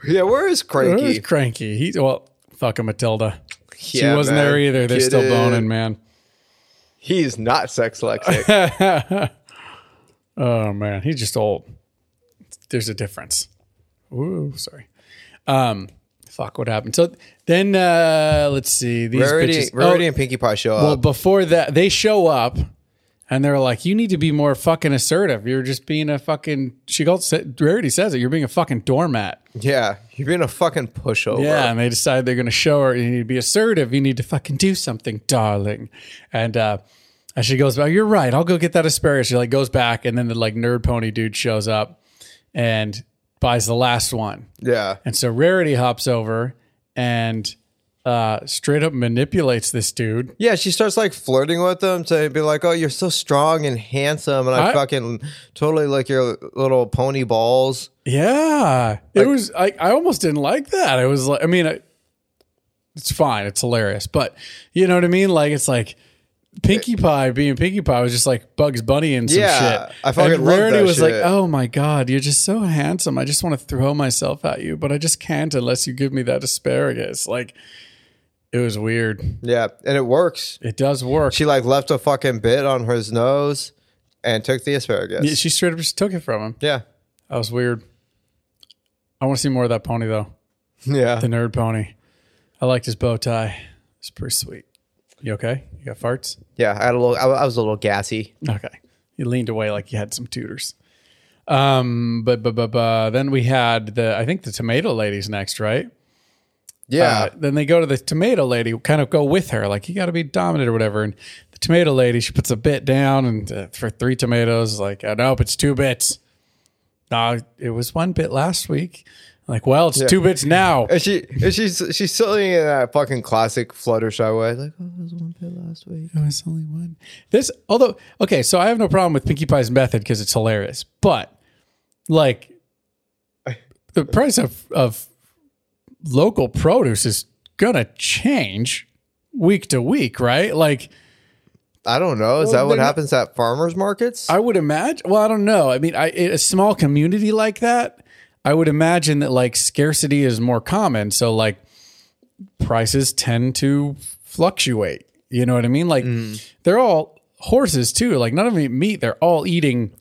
Speaker 3: Yeah, where is
Speaker 2: Where
Speaker 3: Cranky?
Speaker 2: was Cranky? He well, fucking Matilda. She
Speaker 3: Yeah,
Speaker 2: wasn't
Speaker 3: man.
Speaker 2: there either. They're
Speaker 3: Get
Speaker 2: still
Speaker 3: it.
Speaker 2: boning, man.
Speaker 3: He's not sexlexic.
Speaker 2: Oh man, he's just old. There's a difference. Ooh, sorry. Um, fuck, what happened? So then, uh, let's see. These
Speaker 3: Rarity,
Speaker 2: bitches.
Speaker 3: Rarity
Speaker 2: oh,
Speaker 3: and Pinkie Pie show
Speaker 2: well,
Speaker 3: up.
Speaker 2: before that, they show up and they're like, "You need to be more fucking assertive. You're just being a fucking." She called said, Rarity says it. You're being a fucking doormat.
Speaker 3: Yeah, you're being a fucking pushover.
Speaker 2: Yeah, and they decide they're going to show her. You need to be assertive. You need to fucking do something, darling. And uh, and she goes, "Well, you're right. I'll go get that asparagus." She like goes back, and then the like nerd pony dude shows up and buys the last one.
Speaker 3: Yeah.
Speaker 2: And so Rarity hops over and uh, straight up manipulates this dude.
Speaker 3: Yeah, she starts like flirting with him to be like, "Oh, you're so strong and handsome," and I,
Speaker 2: I-
Speaker 3: fucking totally like your little pony balls.
Speaker 2: Yeah, it was. I, I almost didn't like that. I was like, I mean, I, it's fine. It's hilarious, but you know what I mean. Like, it's like Pinkie Pie being Pinkie Pie was just like Bugs Bunny and some
Speaker 3: Yeah,
Speaker 2: shit.
Speaker 3: I fucking
Speaker 2: and
Speaker 3: love
Speaker 2: Rarity
Speaker 3: that
Speaker 2: was like,
Speaker 3: shit.
Speaker 2: "Oh my god, you're just so handsome. I just want to throw myself at you, but I just can't unless you give me that asparagus." Like, it was weird.
Speaker 3: Yeah, and it works.
Speaker 2: It does work.
Speaker 3: She like left a fucking bit on his nose and took the asparagus.
Speaker 2: Yeah, she straight up just took it from him.
Speaker 3: yeah,
Speaker 2: That was weird. I want to see more of that pony though.
Speaker 3: yeah.
Speaker 2: The nerd pony. I liked his bow tie. It's pretty sweet. You okay? You got farts?
Speaker 3: Yeah, I had a little. I, I was a little gassy.
Speaker 2: Okay. You leaned away like you had some tutors. Um, but, but, but, but then we had the, I think the tomato lady's next, right?
Speaker 3: Yeah,
Speaker 2: Uh, then they go to the tomato lady, kind of go with her, like you got to be dominant or whatever. And the tomato lady, she puts a bit down and uh, for three tomatoes, like, oh, nope, it's two bits. No, it was one bit last week. Like, well, it's two bits now.
Speaker 3: and she and she's she's still in that fucking classic Fluttershy way. Like, oh, there was one bit last week.
Speaker 2: There was Oh, only one. This, although, okay, so I have no problem with Pinkie Pie's method because it's hilarious, but like the price of, of local produce is gonna change week to week, right? Like,
Speaker 3: I don't know. Is that what
Speaker 2: they're not-
Speaker 3: happens at farmers markets?
Speaker 2: I would imagine, well, I don't know. I mean, I, in a small community like that, I would imagine that like scarcity is more common. So, like, prices tend to fluctuate. You know what I mean? Like
Speaker 3: Mm.
Speaker 2: they're all horses too. Like none of them eat meat. They're all eating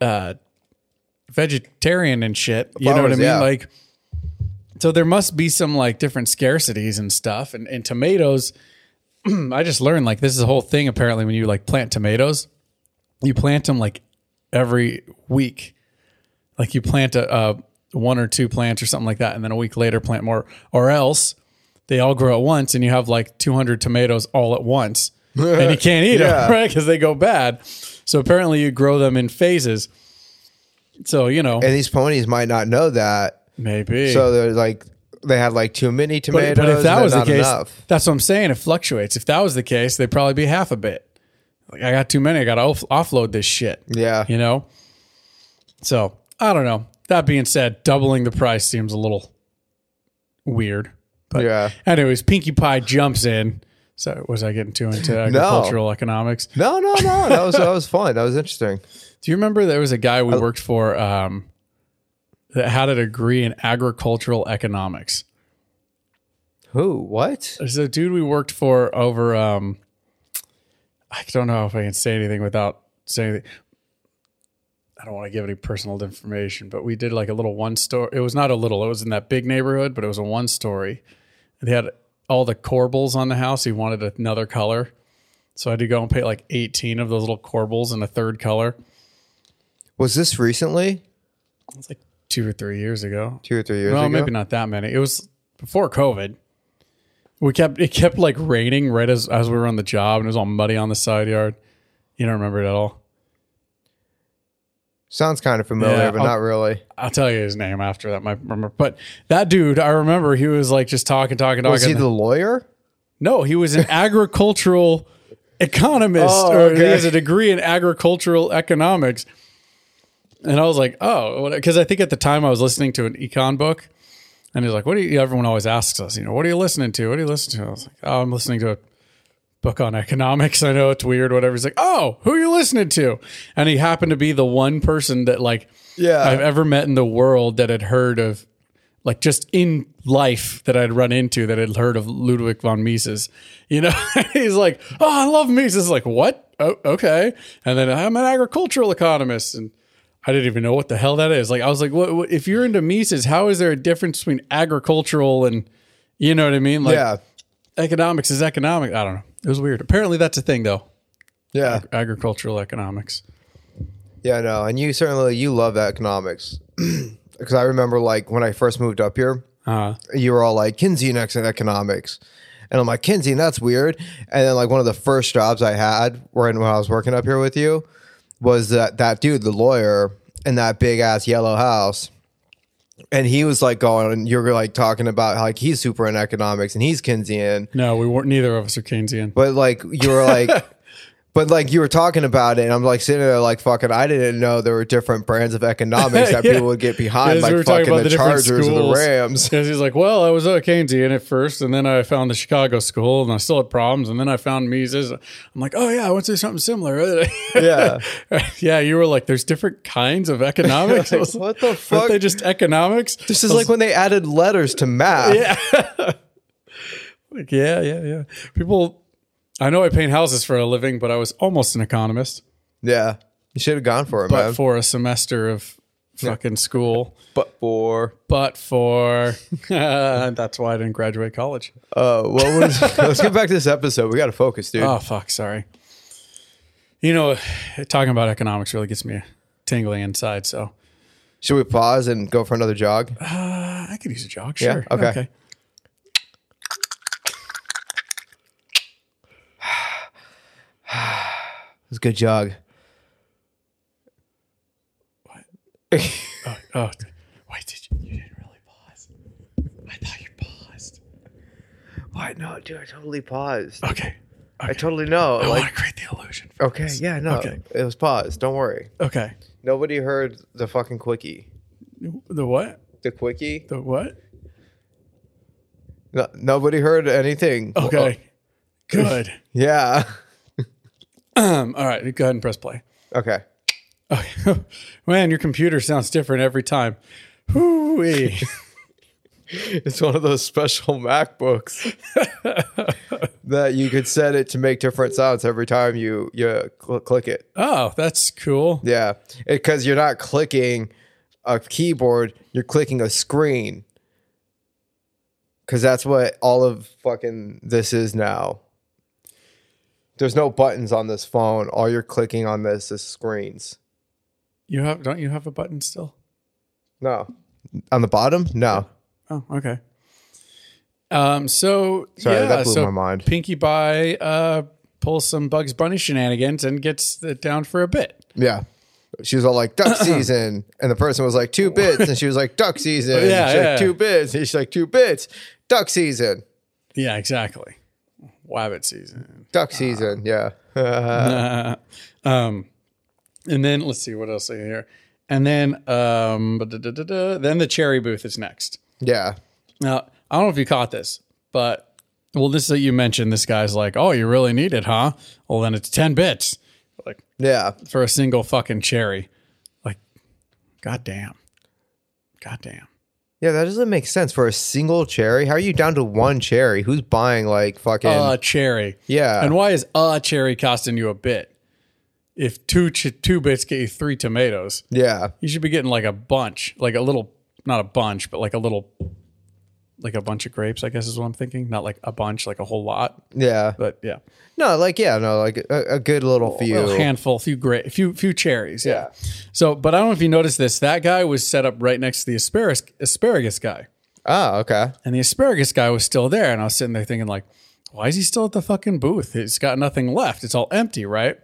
Speaker 2: uh vegetarian and shit. You know what I
Speaker 3: Flowers,
Speaker 2: mean?
Speaker 3: yeah.
Speaker 2: Like so there must be some like different scarcities and stuff. And and tomatoes, I just learned like this is a whole thing apparently when you like plant tomatoes, you plant them like every week like you plant a, a one or two plants or something like that, and then a week later plant more, or else they all grow at once, and you have like 200 tomatoes all at once, and you can't eat
Speaker 3: Yeah.
Speaker 2: them right because they go bad. So apparently, you grow them in phases. So you know,
Speaker 3: and these ponies might not know that.
Speaker 2: maybe.
Speaker 3: So they're like they have like too many tomatoes.
Speaker 2: but, but if that was the
Speaker 3: not
Speaker 2: case,
Speaker 3: enough.
Speaker 2: that's what I'm saying. It fluctuates. If that was the case, they'd probably be half a bit. Like I got too many. I got to off- offload this shit.
Speaker 3: yeah,
Speaker 2: You know? So I don't know. That being said, doubling the price seems a little weird. But
Speaker 3: Yeah.
Speaker 2: anyways, Pinkie Pie jumps in. So was I getting too into agricultural economics?
Speaker 3: no, no, no. That was that was fun. That was interesting.
Speaker 2: Do you remember there was a guy we worked for um, that had a degree in agricultural economics?
Speaker 3: Who? What?
Speaker 2: There's a dude we worked for over. Um, I don't know if I can say anything without saying. Anything. I don't want to give any personal information, but we did like a little one story. It was not a little. It was in that big neighborhood, but it was a one story. And They had all the corbels on the house. He wanted another color, so I had to go and pay like 18 of those little corbels in a third color.
Speaker 3: Was this recently?
Speaker 2: It's like two or three years ago.
Speaker 3: two or three years
Speaker 2: Well,
Speaker 3: ago.
Speaker 2: maybe not that many. It was before COVID. We kept it kept like raining right as as we were on the job, and it was all muddy on the side yard. You don't remember it at all.
Speaker 3: Sounds kind of familiar,
Speaker 2: Yeah,
Speaker 3: but
Speaker 2: I'll- Oh,
Speaker 3: not really.
Speaker 2: I'll tell you his name after that. I might remember, but that dude, I remember he was like just talking, talking, talking.
Speaker 3: Was he the lawyer?
Speaker 2: No, he was an agricultural economist,
Speaker 3: Oh,
Speaker 2: or he
Speaker 3: okay.
Speaker 2: has a degree in agricultural economics. And I was like, oh, because I think at the time I was listening to an econ book, and he's like, what do you? Everyone always asks us, you know, what are you listening to? What are you listening to? I was like, oh, I'm listening to a book on economics. I know it's weird, whatever. He's like, oh, who are you listening to? And he happened to be the one person that like
Speaker 3: Yeah.
Speaker 2: I've ever met in the world that had heard of like just in life that I'd run into that had heard of Ludwig von Mises. You know, he's like, "Oh, I love Mises." Like, what? Oh, okay. And then I'm an agricultural economist, and I didn't even know what the hell that is. Like, I was like, what, what, "If you're into Mises, how is there a difference between agricultural and you know what I mean? Like,
Speaker 3: yeah.
Speaker 2: economics is economic. I don't know. It was weird. Apparently, that's a thing though.
Speaker 3: Yeah.
Speaker 2: Agricultural economics.
Speaker 3: Yeah, no, and you certainly you love economics because I remember like when I first moved up here,
Speaker 2: Uh,
Speaker 3: you were all like Kinsey next in economics, and I'm like Kinsey, that's weird. And then like one of the first jobs I had when when I was working up here with you was that that dude, the lawyer, in that big ass yellow house. And he was like going, and you're like talking about like he's super in economics and he's Keynesian,
Speaker 2: no, we weren't. Neither of us are Keynesian.
Speaker 3: but like you were like, but like you were talking about it, and I'm like sitting there like fucking. I didn't know there were different brands of economics that
Speaker 2: Yeah.
Speaker 3: people would get behind,
Speaker 2: Because
Speaker 3: like
Speaker 2: we were talking
Speaker 3: fucking the,
Speaker 2: about the different
Speaker 3: Chargers or the
Speaker 2: schools.
Speaker 3: Rams.
Speaker 2: Because he's like, well, I was at Keynesian at first, and then I found the Chicago school, and I still had problems, and then I found Mises. I'm like, oh yeah, I went through something similar.
Speaker 3: Yeah.
Speaker 2: yeah. You were like, there's different kinds of economics. I was
Speaker 3: What the
Speaker 2: "Aren't
Speaker 3: fuck?"
Speaker 2: they just economics?
Speaker 3: This is like when they added letters to math. Yeah,
Speaker 2: Like, yeah, yeah, yeah. People, I know I paint houses for a living, but I was almost an economist,
Speaker 3: you should have gone for it,
Speaker 2: but
Speaker 3: man.
Speaker 2: for a semester of fucking school,
Speaker 3: but for
Speaker 2: but for that's why I didn't graduate college.
Speaker 3: uh, what was? let's get back to this episode. We got to focus, dude.
Speaker 2: Oh fuck, sorry. You know, talking about economics really gets me tingling inside. So
Speaker 3: should we pause and go for another jog?
Speaker 2: uh, I could use a jog.
Speaker 3: Yeah,
Speaker 2: Sure.
Speaker 3: okay. It's a good jog.
Speaker 2: Oh, wait, did you? You didn't really pause. I thought you paused.
Speaker 3: Why no, dude? I totally paused.
Speaker 2: Okay.
Speaker 3: I totally know.
Speaker 2: I
Speaker 3: Like,
Speaker 2: want to create the illusion. for
Speaker 3: okay,
Speaker 2: this.
Speaker 3: yeah, no,
Speaker 2: Okay.
Speaker 3: it was paused. Don't worry.
Speaker 2: Okay.
Speaker 3: Nobody heard the fucking quickie.
Speaker 2: The what?
Speaker 3: The quickie.
Speaker 2: The what?
Speaker 3: No, nobody heard anything.
Speaker 2: Okay. Good.
Speaker 3: Yeah.
Speaker 2: Um, all right. Go ahead and press play.
Speaker 3: Okay.
Speaker 2: Okay. Man, your computer sounds different every time. Hoo-wee.
Speaker 3: It's one of those special MacBooks that you could set it to make different sounds every time you you cl- click it.
Speaker 2: oh, that's cool.
Speaker 3: Yeah, because you're not clicking a keyboard, you're clicking a screen. Because that's what all of fucking this is now. There's no buttons on this phone. All you're clicking on this is screens.
Speaker 2: You have? Don't you have a button still?
Speaker 3: No, on the bottom. No,
Speaker 2: Oh, okay. Um, so
Speaker 3: Sorry,
Speaker 2: yeah,
Speaker 3: that blew
Speaker 2: so
Speaker 3: my mind.
Speaker 2: Pinkie Pie uh, pulls some Bugs Bunny shenanigans and gets it down for a bit.
Speaker 3: yeah. She was all like duck season, and the person was like two bits, and she was like duck season.
Speaker 2: Oh, yeah,
Speaker 3: She's like,
Speaker 2: yeah.
Speaker 3: two bits. And she's like two bits, duck season,
Speaker 2: Yeah, exactly. Wabbit season.
Speaker 3: duck season. Yeah,
Speaker 2: And then let's see what else I hear. And then um, ba-da-da-da-da, then the cherry booth is next.
Speaker 3: yeah.
Speaker 2: Now I don't know if you caught this, but well, this that you mentioned, this guy's like, "Oh, you really need it, huh?" Well, then it's ten bits
Speaker 3: Yeah.
Speaker 2: for a single fucking cherry. Like, goddamn, goddamn.
Speaker 3: Yeah, that doesn't make sense for a single cherry. How are you down to one cherry? Who's buying like fucking?
Speaker 2: a cherry.
Speaker 3: Yeah.
Speaker 2: And why is a cherry costing you a bit? If two ch- two bits get you three tomatoes,
Speaker 3: yeah,
Speaker 2: you should be getting like a bunch, like a little, not a bunch, but like a little like a bunch of grapes, I guess is what I'm thinking. Not like a bunch, like a whole lot.
Speaker 3: Yeah.
Speaker 2: But yeah.
Speaker 3: No, like yeah, no, like a, a good little few.
Speaker 2: A handful, few great, few few cherries. Yeah. So, but I don't know if you noticed this. That guy was set up right next to the asparagus asparagus guy,
Speaker 3: Oh, okay.
Speaker 2: and the asparagus guy was still there. And I was sitting there thinking, like, why is he still at the fucking booth? He's got nothing left. It's all empty, right?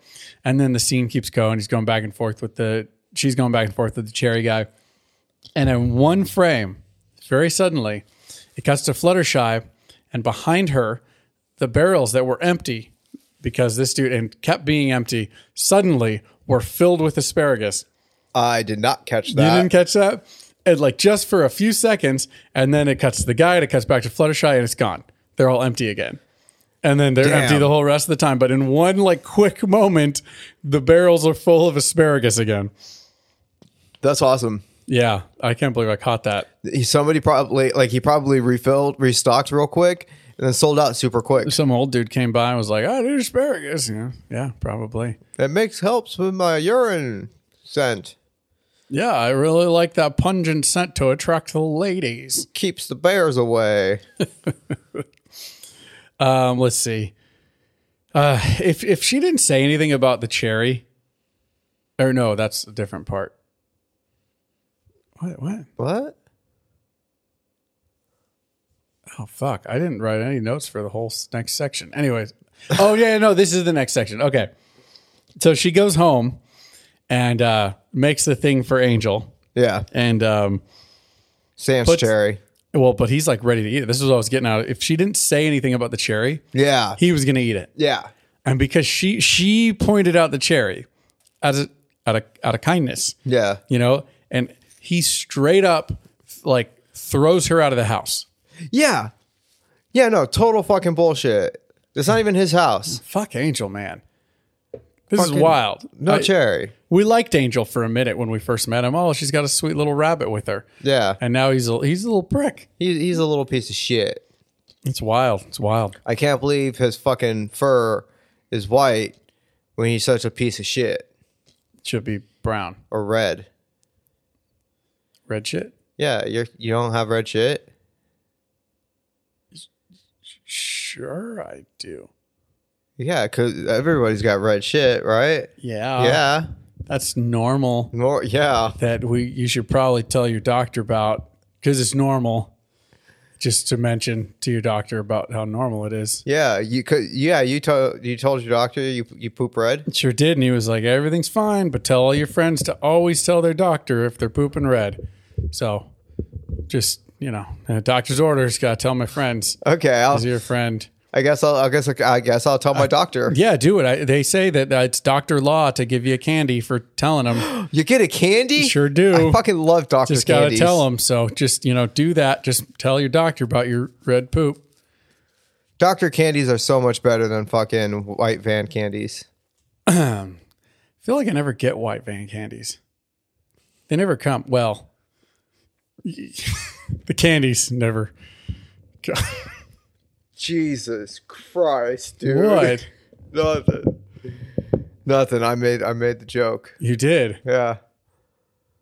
Speaker 2: And then the scene keeps going. He's going back and forth with the. She's going back and forth with the cherry guy, and in one frame, very suddenly, it cuts to Fluttershy, and behind her, the barrels that were empty because this dude and kept being empty suddenly were filled with asparagus.
Speaker 3: I did not catch
Speaker 2: You
Speaker 3: that.
Speaker 2: didn't catch that? And like just for a few seconds, and then it cuts to the guy, and it cuts back to Fluttershy, and it's gone. They're all empty again. And then they're
Speaker 3: Damn.
Speaker 2: empty the whole rest of the time. But in one like quick moment, the barrels are full of asparagus again.
Speaker 3: That's awesome.
Speaker 2: Yeah, I can't believe I caught that.
Speaker 3: He, somebody probably like he probably refilled, restocked real quick, and then sold out super quick.
Speaker 2: Some old dude came by and was like, "I need asparagus." You know? Yeah, probably.
Speaker 3: It makes helps with my urine scent.
Speaker 2: Yeah, I really like that pungent scent to attract the ladies.
Speaker 3: Keeps the bears away.
Speaker 2: Um, let's see. Uh, if if she didn't say anything about the cherry, or no, that's a different part. What? What?
Speaker 3: What?
Speaker 2: Oh fuck! I didn't write any notes for the whole s- next section. Anyways, oh yeah, no, this is the next section. Okay, so she goes home and uh, makes the thing for Angel,
Speaker 3: Yeah.
Speaker 2: and um,
Speaker 3: Sam's
Speaker 2: Puts-
Speaker 3: cherry.
Speaker 2: well, but he's like ready to eat it. This is what I was getting out. If she didn't say anything about the cherry,
Speaker 3: Yeah.
Speaker 2: he was gonna eat it.
Speaker 3: yeah.
Speaker 2: and because she she pointed out the cherry out of out of out of kindness,
Speaker 3: Yeah.
Speaker 2: you know, and he straight up like throws her out of the house.
Speaker 3: Yeah. Yeah, no, total fucking bullshit. It's not even his house.
Speaker 2: Fuck Angel, man, this is
Speaker 3: Fucking-
Speaker 2: wild.
Speaker 3: No
Speaker 2: I-
Speaker 3: cherry.
Speaker 2: We liked Angel for a minute when we first met him. Oh, she's got a sweet little rabbit with her.
Speaker 3: Yeah.
Speaker 2: and now he's a, he's a little prick.
Speaker 3: He's, he's a little piece of shit.
Speaker 2: It's wild. It's wild.
Speaker 3: I can't believe his fucking fur is white when he's such a piece of shit
Speaker 2: Should be brown,
Speaker 3: or red.
Speaker 2: red shit.
Speaker 3: Yeah, you're you don't have red shit.
Speaker 2: Sure, I do.
Speaker 3: Yeah, cause everybody's got red shit, right?
Speaker 2: Yeah,
Speaker 3: yeah,
Speaker 2: That's normal.
Speaker 3: more. Yeah,
Speaker 2: that we you should probably tell your doctor about because it's normal. Just to mention to your doctor about how normal it is.
Speaker 3: yeah. You could. Yeah, you told you told your doctor you you poop red.
Speaker 2: Sure did, and he was like, "Everything's fine, but tell all your friends to always tell their doctor if they're pooping red." So, just you know, uh, doctor's orders. Got to tell my friends.
Speaker 3: Okay, I'll,
Speaker 2: Is your friend?
Speaker 3: I guess I'll I guess I guess I'll tell my doctor.
Speaker 2: Yeah, do it. I, they say that uh, it's doctor law to give you a candy for telling them.
Speaker 3: You get a candy?
Speaker 2: Sure do.
Speaker 3: I fucking love doctor
Speaker 2: just gotta
Speaker 3: candies.
Speaker 2: tell them. So just you know, do that. Just tell your doctor about your red poop.
Speaker 3: Doctor candies are so much better than fucking white van candies.
Speaker 2: feel like I never get white van candies. They never come. Well, the candies never. God,
Speaker 3: Jesus Christ, dude.
Speaker 2: What
Speaker 3: Nothing. Nothing. I made I made the joke.
Speaker 2: you did,
Speaker 3: Yeah.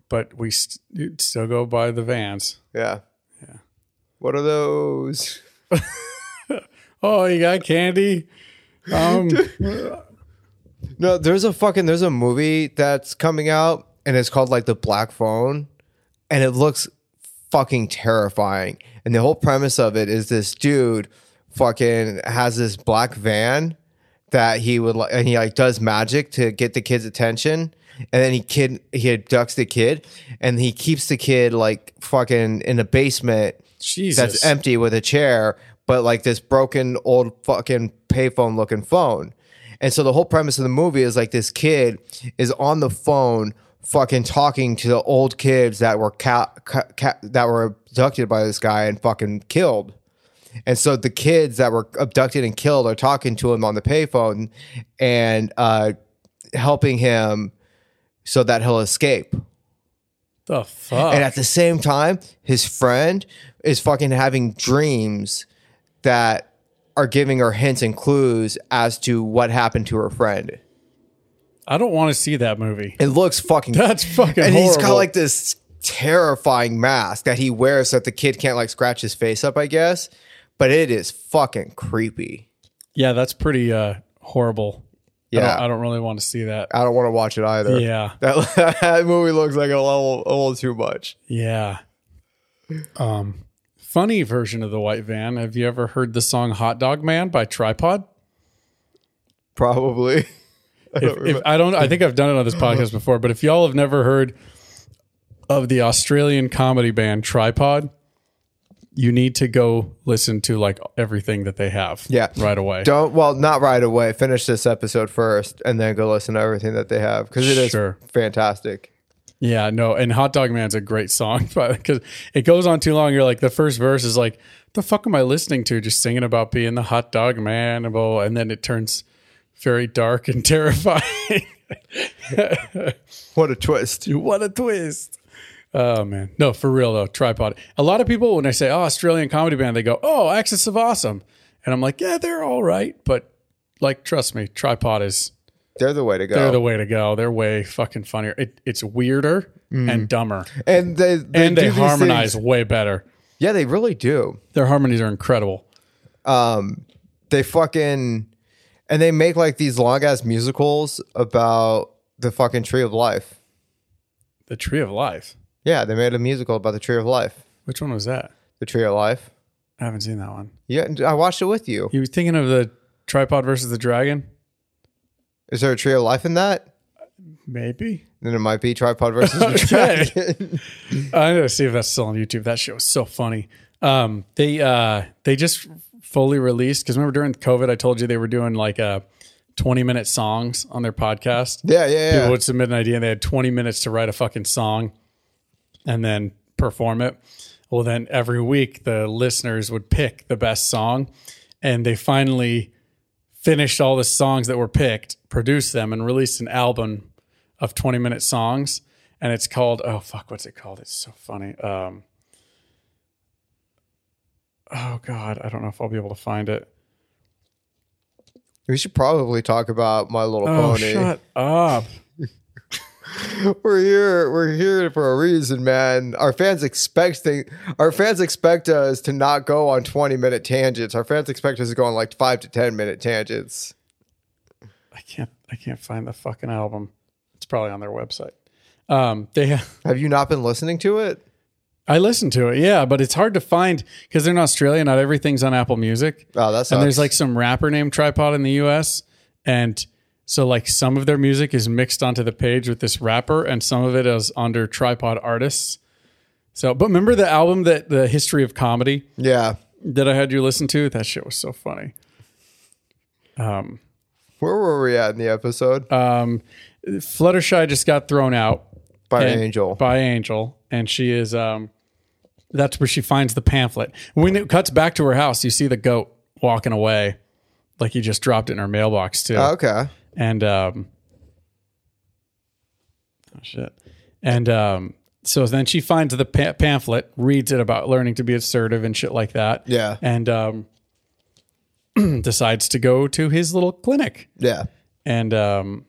Speaker 2: but we st- you'd still go by the vans.
Speaker 3: Yeah. Yeah. What are those?
Speaker 2: Oh, you got candy? Um,
Speaker 3: No, there's a fucking there's a movie that's coming out and it's called like The Black Phone and it looks fucking terrifying. And the whole premise of it is this dude fucking has this black van that he would like and he like does magic to get the kid's attention and then he kid he abducts the kid and he keeps the kid like fucking in the basement
Speaker 2: Jesus,
Speaker 3: that's empty with a chair, but like this broken old fucking payphone looking phone. And so the whole premise of the movie is like this kid is on the phone fucking talking to the old kids that were ca- ca- ca- that were abducted by this guy and fucking killed. And so the kids that were abducted and killed are talking to him on the payphone and uh, helping him so that he'll escape.
Speaker 2: the fuck.
Speaker 3: And at the same time, his friend is fucking having dreams that are giving her hints and clues as to what happened to her friend.
Speaker 2: I don't want to see that movie.
Speaker 3: It looks fucking
Speaker 2: That's fucking.
Speaker 3: and he's got
Speaker 2: horrible.
Speaker 3: like this terrifying mask that he wears so that the kid can't like scratch his face up, I guess. But it is fucking creepy.
Speaker 2: Yeah, that's pretty uh, horrible. I don't- I
Speaker 3: Yeah. Uh,
Speaker 2: don't, really want to see that.
Speaker 3: I don't want to watch it either.
Speaker 2: Yeah.
Speaker 3: That, that movie looks like a little, a little too much.
Speaker 2: Yeah. Um, funny version of the white van. Have you ever heard the song "Hot Dog Man" by Tripod?
Speaker 3: Probably. I don't
Speaker 2: if,
Speaker 3: remember.
Speaker 2: if I don't, I think I've done it on this podcast before, but if y'all have never heard of the Australian comedy band Tripod, you need to go listen to like everything that they have.
Speaker 3: Yeah.
Speaker 2: Right away.
Speaker 3: Don't well, not right away. Finish this episode first, and then go listen to everything that they have because it is
Speaker 2: Sure.
Speaker 3: fantastic.
Speaker 2: Yeah, no. And Hot Dog Man's a great song, but because it goes on too long, you're like, the first verse is like, the fuck am I listening to? Just singing about being the hot dog man. and blah, And then it turns very dark and terrifying.
Speaker 3: What a twist!
Speaker 2: what a twist. Oh man. No, for real though, tripod. A lot of people when I say, Oh, Australian comedy band, they go, Oh, Axis of Awesome. And I'm like, Yeah, they're all right. But like, trust me, tripod is
Speaker 3: They're the way to go.
Speaker 2: they're the way to go. They're way fucking funnier. It, it's weirder and dumber.
Speaker 3: and they, they
Speaker 2: Mm. And
Speaker 3: do
Speaker 2: they
Speaker 3: these
Speaker 2: harmonize
Speaker 3: things-
Speaker 2: way better.
Speaker 3: Yeah, they really do. Um,
Speaker 2: Their harmonies are incredible.
Speaker 3: They fucking and they make like these long ass musicals about the fucking tree of life.
Speaker 2: The Tree of Life.
Speaker 3: Yeah, they made a musical about the tree of life.
Speaker 2: Which one was that?
Speaker 3: The tree of life.
Speaker 2: I haven't seen that one.
Speaker 3: Yeah, I watched it with you.
Speaker 2: You were thinking of the tripod versus the dragon?
Speaker 3: Is there a tree of life in that?
Speaker 2: Maybe.
Speaker 3: Then it might be tripod versus
Speaker 2: Okay.
Speaker 3: dragon.
Speaker 2: I'm gonna see if that's still on YouTube. That shit was so funny. Um, they uh, they just fully released because remember during COVID, I told you they were doing like uh, 20 minute songs on their podcast.
Speaker 3: yeah, yeah,
Speaker 2: People
Speaker 3: yeah.
Speaker 2: would submit an idea and they had 20 minutes to write a fucking song and then perform it. Well, then every week the listeners would pick the best song and they finally finished all the songs that were picked, produced them, and released an album of 20 minute songs. And it's called, oh, fuck, what's it called? It's so funny. Um, oh, God, I don't know if I'll be able to find it.
Speaker 3: We should probably talk about My Little
Speaker 2: Oh,
Speaker 3: Pony.
Speaker 2: shut up.
Speaker 3: We're here. We're here for a reason, man. Our fans expecting. Our fans expect us to not go on twenty minute tangents. Our fans expect us to go on like five to ten minute tangents.
Speaker 2: I can't I can't find the fucking album. It's probably on their website. Um, they
Speaker 3: Have you not been listening to it?
Speaker 2: I listened to it, yeah, but it's hard to find because they're in Australia. Not everything's on Apple Music,
Speaker 3: Oh, that's
Speaker 2: and there's like some rapper named Tripod in the U.S. and so like some of their music is mixed onto the page with this rapper, and some of it is under Tripod artists. So, but remember the album that the history of comedy
Speaker 3: yeah.
Speaker 2: that I had you listen to? That shit was so funny. Um,
Speaker 3: Where were we at in the episode?
Speaker 2: um, Fluttershy just got thrown out.
Speaker 3: By
Speaker 2: and-
Speaker 3: Angel.
Speaker 2: By Angel, and she is um that's where she finds the pamphlet. When it cuts back to her house, you see the goat walking away like he just dropped it in her mailbox too.
Speaker 3: Oh, okay.
Speaker 2: And um oh, shit. And um so then she finds the pa- pamphlet, reads it about learning to be assertive and shit like that.
Speaker 3: Yeah.
Speaker 2: And um decides to go to his little clinic
Speaker 3: Yeah.
Speaker 2: and um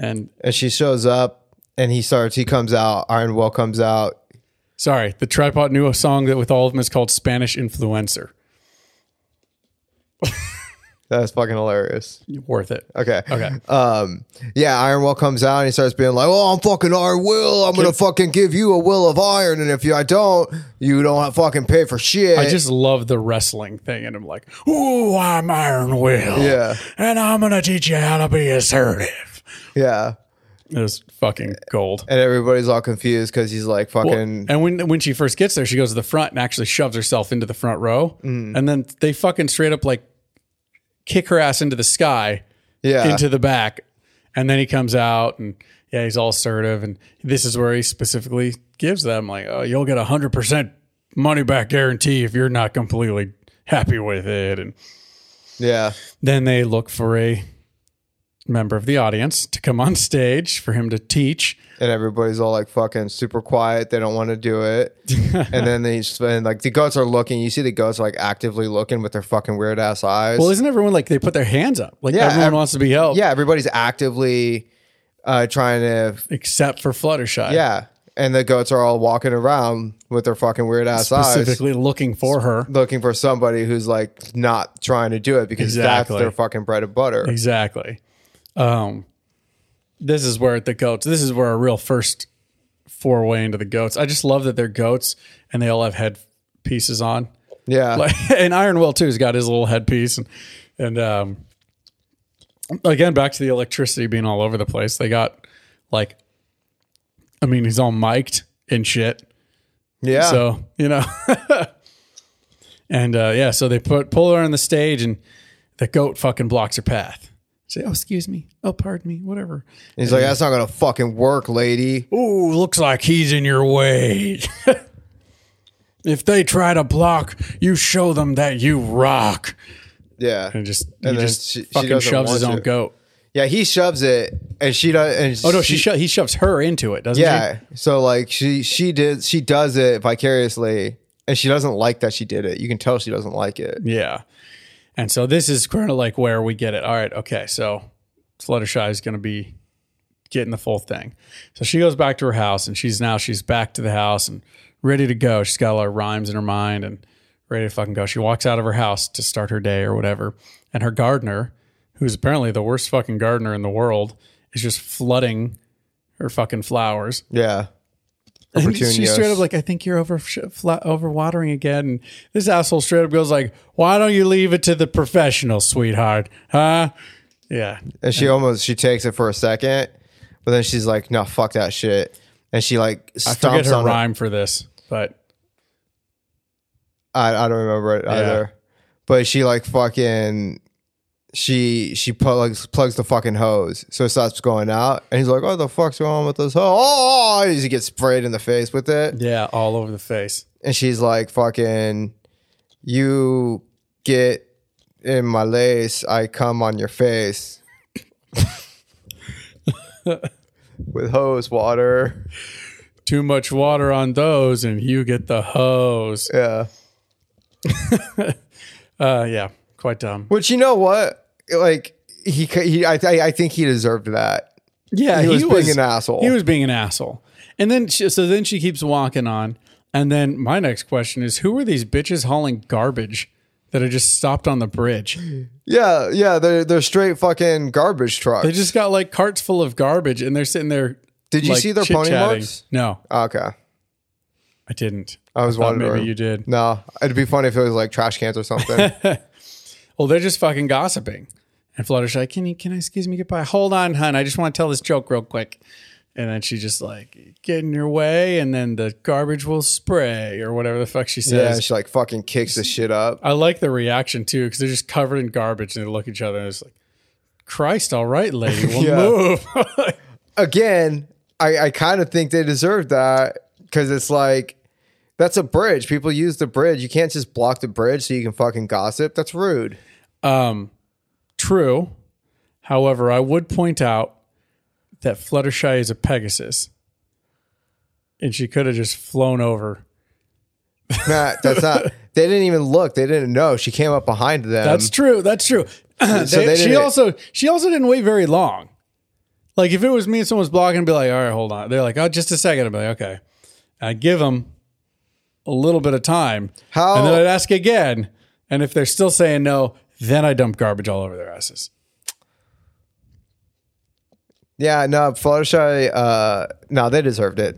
Speaker 2: and
Speaker 3: And she shows up, and he starts. He comes out. Iron Will comes out.
Speaker 2: Sorry, the tripod knew a song that with all of them is called Spanish Influencer.
Speaker 3: That's fucking hilarious.
Speaker 2: Worth it.
Speaker 3: Okay.
Speaker 2: Okay.
Speaker 3: Um, yeah, Iron Will comes out and he starts being like, "Oh, I'm fucking Iron Will. I'm gonna fucking give you a will of iron, and if you, I don't, you don't have fucking pay for shit."
Speaker 2: I just love the wrestling thing, and I'm like, "Ooh, I'm Iron Will,
Speaker 3: Yeah.
Speaker 2: and I'm gonna teach you how to be assertive."
Speaker 3: yeah,
Speaker 2: It was fucking gold.
Speaker 3: and everybody's all confused because he's like fucking
Speaker 2: And when when she first gets there, she goes to the front and actually shoves herself into the front row,
Speaker 3: Mm.
Speaker 2: and then they fucking straight up like kick her ass into the sky.
Speaker 3: yeah.
Speaker 2: into the back. And then he comes out and yeah, he's all assertive. And this is where he specifically gives them like, oh, you'll get a hundred percent money back guarantee if you're not completely happy with it. And
Speaker 3: yeah,
Speaker 2: then they look for a member of the audience to come on stage for him to teach.
Speaker 3: and everybody's all like fucking super quiet. They don't want to do it, and then they and like the goats are looking. You see the goats are like actively looking with their fucking weird ass eyes.
Speaker 2: Well, isn't everyone like they put their hands up? Like
Speaker 3: Yeah,
Speaker 2: everyone
Speaker 3: ev-
Speaker 2: wants to be helped
Speaker 3: yeah, everybody's actively uh, trying to
Speaker 2: except for Fluttershy.
Speaker 3: yeah. and the goats are all walking around with their fucking weird ass eyes,
Speaker 2: specifically looking for her.
Speaker 3: looking for somebody who's like not trying to do it because
Speaker 2: Exactly.
Speaker 3: that's their fucking bread and butter.
Speaker 2: Exactly. Um, this is where the goats. This is where our real first foray into the goats. I just love that they're goats and they all have head pieces on.
Speaker 3: Yeah,
Speaker 2: Like, and Iron Will too's got his little headpiece and and um, again back to the electricity being all over the place. They got like, I mean, he's all mic'd and shit.
Speaker 3: yeah.
Speaker 2: So you know, and uh, yeah, so they put pull her on the stage, and the goat fucking blocks her path. Say, oh, excuse me, oh, pardon me, whatever.
Speaker 3: And he's like, that's not gonna fucking work, lady.
Speaker 2: Ooh, looks like he's in your way. if they try to block, you show them that you rock.
Speaker 3: Yeah,
Speaker 2: And just
Speaker 3: And
Speaker 2: he
Speaker 3: then
Speaker 2: just
Speaker 3: she- she
Speaker 2: fucking
Speaker 3: doesn't
Speaker 2: shoves his
Speaker 3: want
Speaker 2: own
Speaker 3: to.
Speaker 2: goat.
Speaker 3: yeah. He shoves it, and she does. And
Speaker 2: Oh no, she, sho- he shoves her into it, doesn't she?
Speaker 3: Yeah. So like she she did she does it vicariously and she doesn't like that she did it. You can tell she doesn't like it.
Speaker 2: Yeah. And so this is kind of like where we get it. All right, okay, so Fluttershy is going to be getting the full thing. So she goes back to her house, and she's now she's back to the house and ready to go. She's got a lot of rhymes in her mind and ready to fucking go. She walks out of her house to start her day or whatever, and her gardener, who's apparently the worst fucking gardener in the world, is just flooding her fucking flowers.
Speaker 3: Yeah.
Speaker 2: And she's
Speaker 3: Petunias.
Speaker 2: straight up like, I think you're over fla- overwatering again. And this asshole straight up goes like, Why don't you leave it to the professional, sweetheart? Huh? Yeah,
Speaker 3: And she almost she takes it for a second, but then she's like, no, fuck that shit. And she like
Speaker 2: I forget
Speaker 3: stomps
Speaker 2: her
Speaker 3: on her.
Speaker 2: rhyme for this, but
Speaker 3: I, I don't remember it either. But she like fucking she she plugs plugs the fucking hose. So it stops going out. And he's like, Oh the fuck's going on with this hose? Oh, and he gets sprayed in the face with it.
Speaker 2: yeah, all over the face.
Speaker 3: and she's like, "Fucking, you get in my lace, I come on your face with hose water."
Speaker 2: Too much water on those, and you get the hose.
Speaker 3: Yeah,
Speaker 2: Uh, yeah, quite dumb.
Speaker 3: which you know what, like he, c- he I, I I think he deserved that.
Speaker 2: Yeah,
Speaker 3: he was being an asshole.
Speaker 2: He was being an asshole. And then, she, so then she keeps walking on. And then my next question is, who are these bitches hauling garbage that had just stopped on the bridge?
Speaker 3: Yeah, yeah, they're they're straight fucking garbage trucks.
Speaker 2: They just got like carts full of garbage and they're sitting there.
Speaker 3: Did you
Speaker 2: like,
Speaker 3: see their pony
Speaker 2: chit-chatting.
Speaker 3: marks?
Speaker 2: No,
Speaker 3: Ah, Okay,
Speaker 2: I didn't.
Speaker 3: I was
Speaker 2: thought
Speaker 3: wondering.
Speaker 2: maybe you did.
Speaker 3: No, it'd be funny if it was like trash cans or something.
Speaker 2: Well, they're just fucking gossiping. And Fluttershy, can you can I excuse me get by? Hold on, hun. I just want to tell this joke real quick. And then she just like get in your way, and then the garbage will spray or whatever the fuck she says.
Speaker 3: yeah, she like fucking kicks the shit up.
Speaker 2: I like the reaction too because they're just covered in garbage and they look at each other and it's like, Christ, all right, lady, we'll
Speaker 3: Yeah.
Speaker 2: move.
Speaker 3: again, I, I kind of think they deserve that because it's like that's a bridge. People use the bridge. You can't just block the bridge so you can fucking gossip. That's rude.
Speaker 2: True. However, I would point out that Fluttershy is a Pegasus. And she could have just flown over.
Speaker 3: Matt, that's not. They didn't even look. They didn't know. She came up behind them.
Speaker 2: That's true. That's true. They-
Speaker 3: they
Speaker 2: she
Speaker 3: didn't-
Speaker 2: also she also didn't wait very long. Like if it was me and someone's blocking, I'd be like, all right, hold on. They're like, oh, just a second. I'd be like, okay. I give them a little bit of time.
Speaker 3: How-
Speaker 2: And then I'd ask again. And if they're still saying no, then I dump garbage all over their asses.
Speaker 3: yeah. No, Fluttershy. Uh, no, they deserved it.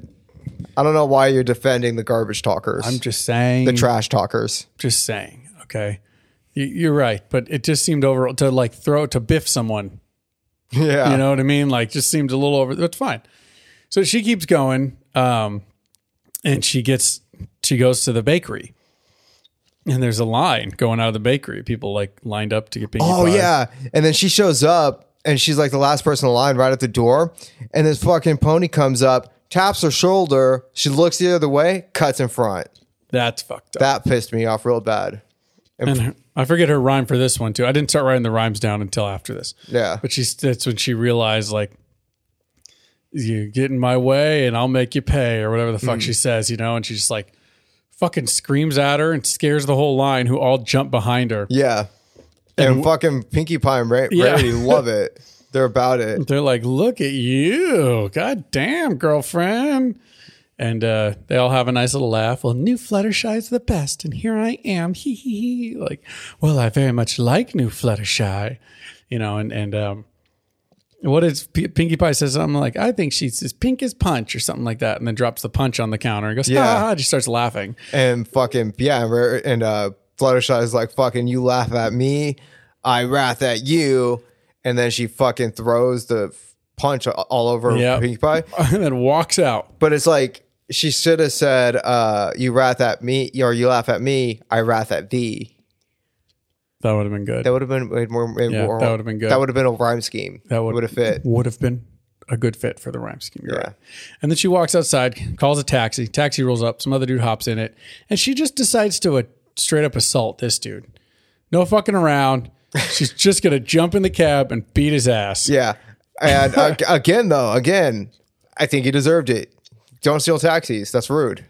Speaker 3: I don't know why you're defending the garbage talkers,
Speaker 2: I'm just saying.
Speaker 3: the trash talkers.
Speaker 2: Just saying. Okay. You- You're right. But it just seemed over to like throw to biff someone.
Speaker 3: Yeah.
Speaker 2: You know what I mean? Like just seemed a little over. That's fine. So she keeps going. Um, and she gets, she goes to the bakery. And there's a line going out of the bakery. People like lined up to get Pinkie
Speaker 3: Oh
Speaker 2: Pie.
Speaker 3: yeah, and then she shows up, and she's like the last person in line right at the door, and this fucking pony comes up, taps her shoulder, she looks the other way, cuts in front.
Speaker 2: That's fucked up.
Speaker 3: That pissed me off real bad.
Speaker 2: and her- I forget her rhyme for this one too. I didn't start writing the rhymes down until after this.
Speaker 3: Yeah.
Speaker 2: But she's that's when she realized like you get in my way and I'll make you pay or whatever the fuck she says, you know, and she just like fucking screams at her and scares the whole line who all jump behind her.
Speaker 3: Yeah, and, fucking Pinkie Pie and Ra-
Speaker 2: Yeah.
Speaker 3: Rarity love it. They're about it.
Speaker 2: They're like, "Look at you. God damn, girlfriend." And uh, they all have a nice little laugh. Well, new Fluttershy's the best, and here I am. Hee hee hee. Like, well, I very much like new Fluttershy, you know. And and um, what is P- Pinkie Pie says something like, "I think she's as pink as punch" or something like that, and then drops the punch on the counter and goes, "Yeah,"
Speaker 3: Yeah.
Speaker 2: ha, ha," just starts laughing.
Speaker 3: and fucking yeah, and we're- and uh, Fluttershy's like fucking you laugh at me, I wrath at you, and then she fucking throws the f- punch a- all over
Speaker 2: Yep.
Speaker 3: Pinkie Pie.
Speaker 2: and then walks out.
Speaker 3: But it's like she should have said, uh, "You wrath at me, or you laugh at me, I wrath at thee."
Speaker 2: That would have been good.
Speaker 3: That would have been made more. made
Speaker 2: Yeah,
Speaker 3: more-
Speaker 2: that would've been good.
Speaker 3: That would have been a rhyme scheme.
Speaker 2: That would
Speaker 3: would have fit.
Speaker 2: Would have been a good fit for the rhyme scheme. You're
Speaker 3: Yeah.
Speaker 2: right. And then she walks outside, calls a taxi. Taxi rolls up. Some other dude hops in it, and she just decides to uh, straight up assault this dude. No fucking around. She's just gonna jump in the cab and beat his ass.
Speaker 3: Yeah, and uh, again though, again, I think he deserved it. Don't steal taxis. That's rude.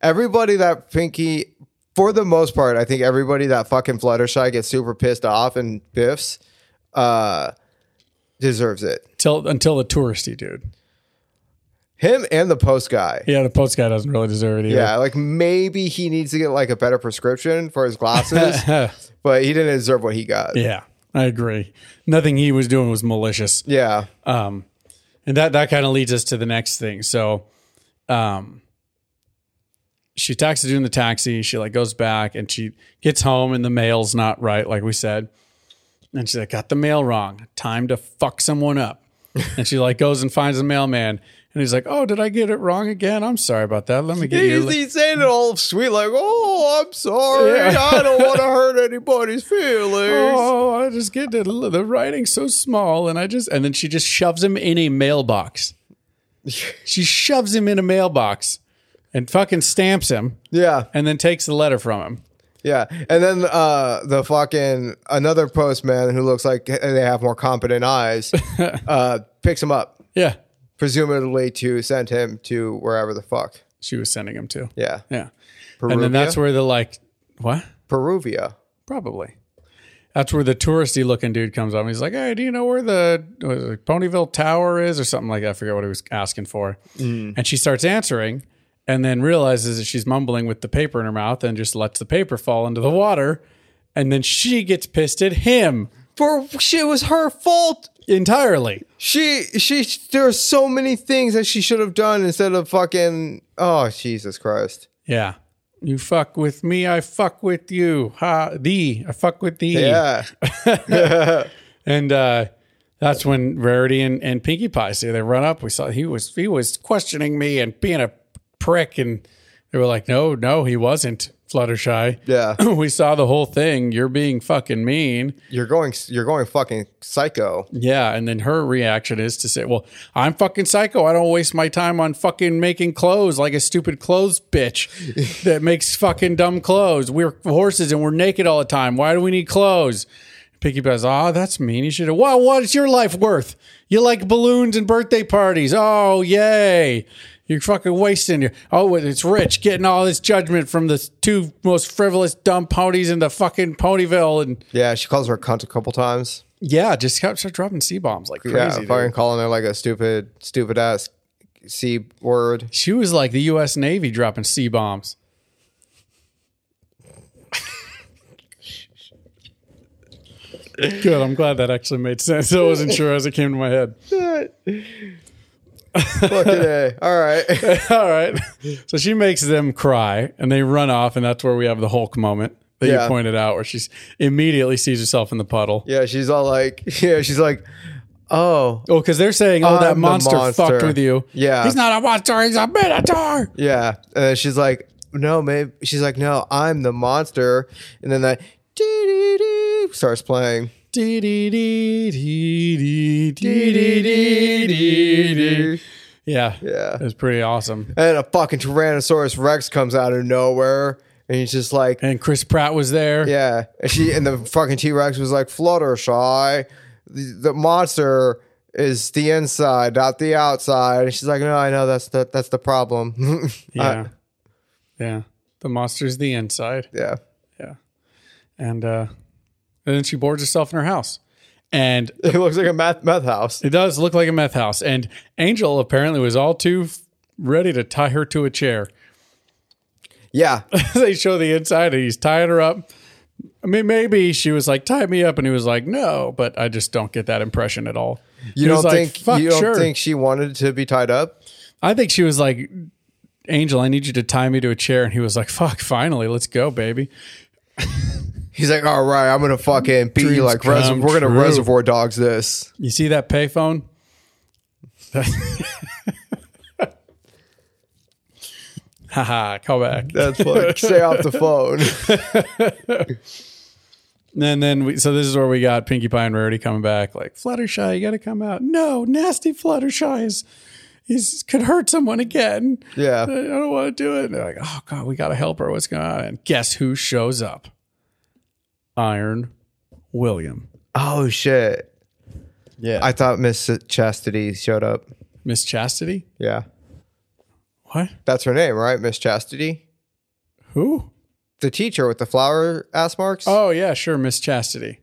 Speaker 3: Everybody that Pinky, for the most part, I think everybody that fucking Fluttershy gets super pissed off and biffs, uh, deserves it.
Speaker 2: Till until the touristy dude.
Speaker 3: Him and the post guy.
Speaker 2: Yeah, the post guy doesn't really deserve it either.
Speaker 3: Yeah, like maybe he needs to get like a better prescription for his glasses, but he didn't deserve what he got.
Speaker 2: Yeah, I agree. Nothing he was doing was malicious.
Speaker 3: Yeah.
Speaker 2: and that that kind of leads us to the next thing. So, um, she taxis dude in the taxi. She like goes back and she gets home and the mail's not right, like we said. And she's like, got the mail wrong. Time to fuck someone up. and she like goes and finds the mailman, and he's like, oh, did I get it wrong again? I'm sorry about that. Let me get you.
Speaker 3: He's, he's saying it all sweet, like, "Oh, I'm sorry,
Speaker 2: Yeah.
Speaker 3: I don't want to hurt anybody's feelings."
Speaker 2: Oh, I just get the, the writing so small, and I just and then she just shoves him in a mailbox. she shoves him in a mailbox, and fucking stamps him,
Speaker 3: Yeah,
Speaker 2: and then takes the letter from him.
Speaker 3: yeah. And then uh, the fucking another postman who looks like they have more competent eyes uh, picks him up,
Speaker 2: Yeah,
Speaker 3: presumably to send him to wherever the fuck.
Speaker 2: she was sending him to.
Speaker 3: Yeah,
Speaker 2: yeah.
Speaker 3: Peruvia.
Speaker 2: And then that's where the like what
Speaker 3: Peruvia.
Speaker 2: probably. That's where the touristy looking dude comes up. and He's like, "Hey, do you know where the what is it, Ponyville Tower is, or something like that?" I forget what he was asking for. And she starts answering, and then realizes that she's mumbling with the paper in her mouth, and just lets the paper fall into the water. And then she gets pissed at him
Speaker 3: For shit was her fault.
Speaker 2: entirely.
Speaker 3: She she. There are so many things that she should have done instead of fucking. Oh Jesus Christ.
Speaker 2: Yeah, you fuck with me, I fuck with you. Ha, thee, I fuck with thee.
Speaker 3: Yeah.
Speaker 2: And uh, that's when Rarity and, and Pinkie Pie see they run up. We saw he was he was questioning me and being a prick, and they were like, "No, no, he wasn't." Fluttershy.
Speaker 3: Yeah.
Speaker 2: we saw the whole thing. You're being fucking mean.
Speaker 3: You're going you're going fucking psycho.
Speaker 2: Yeah, and then her reaction is to say, "Well, I'm fucking psycho. I don't waste my time on fucking making clothes like a stupid clothes bitch that makes fucking dumb clothes. We're horses and we're naked all the time. Why do we need clothes?" Pinkie Pie's, "Ah, that's mean. You should have. Wow, what's your life worth? You like balloons and birthday parties. Oh, yay." You're fucking wasting your. Oh, it's rich getting all this judgment from the two most frivolous dumb ponies in the fucking Ponyville, and
Speaker 3: Yeah, she calls her a cunt a couple times.
Speaker 2: yeah, just kept start dropping c bombs like crazy.
Speaker 3: yeah,
Speaker 2: dude.
Speaker 3: fucking calling her like a stupid, stupid ass c word.
Speaker 2: She was like the U.S. Navy dropping C bombs. Good. I'm glad that actually made sense. I wasn't sure as it came to my head.
Speaker 3: Fucking a. All right.
Speaker 2: All right. So she makes them cry and they run off. And that's where we have the Hulk moment that
Speaker 3: Yeah.
Speaker 2: you pointed out, where she immediately sees herself in the puddle.
Speaker 3: Yeah, she's all like, yeah, she's like, oh,
Speaker 2: Oh, because they're saying, oh,
Speaker 3: I'm
Speaker 2: that
Speaker 3: the
Speaker 2: monster, fucked
Speaker 3: monster.
Speaker 2: with you.
Speaker 3: Yeah.
Speaker 2: He's not a monster. He's a minotaur.
Speaker 3: yeah. And then she's like, no, maybe she's like, no, I'm the monster. And then that dee-dee-dee starts playing.
Speaker 2: Dee dee dee dee dee dee dee dee dee. Yeah.
Speaker 3: Yeah.
Speaker 2: It was pretty awesome.
Speaker 3: And a fucking Tyrannosaurus Rex comes out of nowhere, and he's just like,
Speaker 2: And Chris Pratt was there.
Speaker 3: Yeah, and she and the fucking T Rex was like Fluttershy. The, the monster is the inside, not the outside. And she's like, no, I know that's the that's the problem.
Speaker 2: Yeah.
Speaker 3: Uh,
Speaker 2: yeah. The monster's the inside.
Speaker 3: yeah,
Speaker 2: And uh and then she boards herself in her house. And
Speaker 3: it looks like a meth meth house.
Speaker 2: it does look like a meth house. And Angel apparently was all too f- ready to tie her to a chair.
Speaker 3: Yeah.
Speaker 2: they show the inside and he's tying her up. I mean, maybe she was like, tie me up. And he was like, no, but I just don't get that impression at all.
Speaker 3: You
Speaker 2: He
Speaker 3: don't
Speaker 2: was like,
Speaker 3: think
Speaker 2: "Fuck,
Speaker 3: you don't
Speaker 2: sure."
Speaker 3: think she wanted to be tied up?
Speaker 2: I think she was like, Angel, I need you to tie me to a chair. And he was like, fuck, finally, let's go, baby.
Speaker 3: He's like, all right, I'm gonna fucking beat
Speaker 2: Dreams
Speaker 3: you like res-
Speaker 2: come
Speaker 3: we're gonna
Speaker 2: true.
Speaker 3: reservoir dogs this.
Speaker 2: You see that payphone? Haha, call back.
Speaker 3: That's like stay off the phone.
Speaker 2: And then we, so this is where we got Pinkie Pie and Rarity coming back. Like Fluttershy, you got to come out. No, nasty Fluttershy is, is could hurt someone again.
Speaker 3: Yeah.
Speaker 2: I don't want to do it. And they're like, oh god, we got to help her. What's going on? And guess who shows up? Iron William,
Speaker 3: Oh shit.
Speaker 2: Yeah.
Speaker 3: I thought Miss Chastity showed up.
Speaker 2: Miss Chastity.
Speaker 3: Yeah.
Speaker 2: What?
Speaker 3: That's her name, right? Miss Chastity?
Speaker 2: Who?
Speaker 3: The teacher with the flower ass marks?
Speaker 2: Oh yeah, sure, Miss Chastity.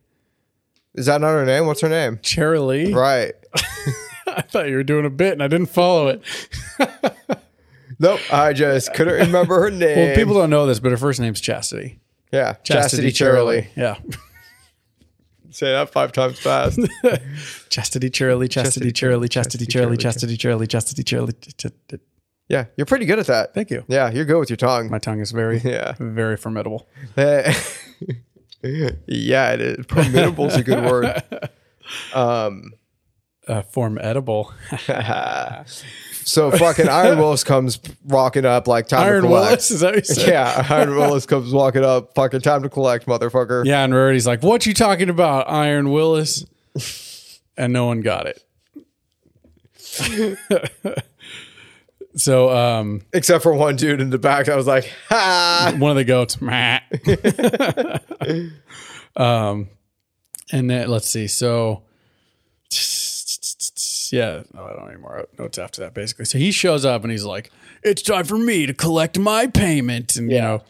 Speaker 3: Is that not her name? What's her name?
Speaker 2: Cheryl Lee.
Speaker 3: Right.
Speaker 2: I thought you were doing a bit, and I didn't follow it.
Speaker 3: Nope. I just couldn't remember her name.
Speaker 2: Well, people don't know this, but her first name's Chastity.
Speaker 3: Yeah. Chastity,
Speaker 2: Cheryl
Speaker 3: Charlie.
Speaker 2: Lee. Yeah.
Speaker 3: Say that five times fast.
Speaker 2: Chastity Cheerily, Chastity
Speaker 3: Chastity
Speaker 2: Cheerily, Chastity Cheerily, Chastity Cheerily, Chastity Cheerily.
Speaker 3: yeah. You're pretty good at that.
Speaker 2: Thank you.
Speaker 3: Yeah. You're good with your tongue.
Speaker 2: My tongue is very,
Speaker 3: Yeah.
Speaker 2: very formidable.
Speaker 3: Eh, yeah. It is. Formidable is a good word.
Speaker 2: Uh, formidable.
Speaker 3: So fucking Iron Willis comes walking up like time to
Speaker 2: Iron
Speaker 3: collect.
Speaker 2: Willis, is that what you said?
Speaker 3: Yeah. Iron Willis comes walking up. Fucking time to collect, motherfucker.
Speaker 2: Yeah, and Rarity's like, what you talking about, Iron Willis? And no one got it. so um,
Speaker 3: Except for one dude in the back that was like, ha.
Speaker 2: one of the goats, meh. um, and then let's see. So, yeah, no, I don't have any more notes after that. Basically, so he shows up and he's like, "It's time for me to collect my payment," and you
Speaker 3: Yeah.
Speaker 2: know.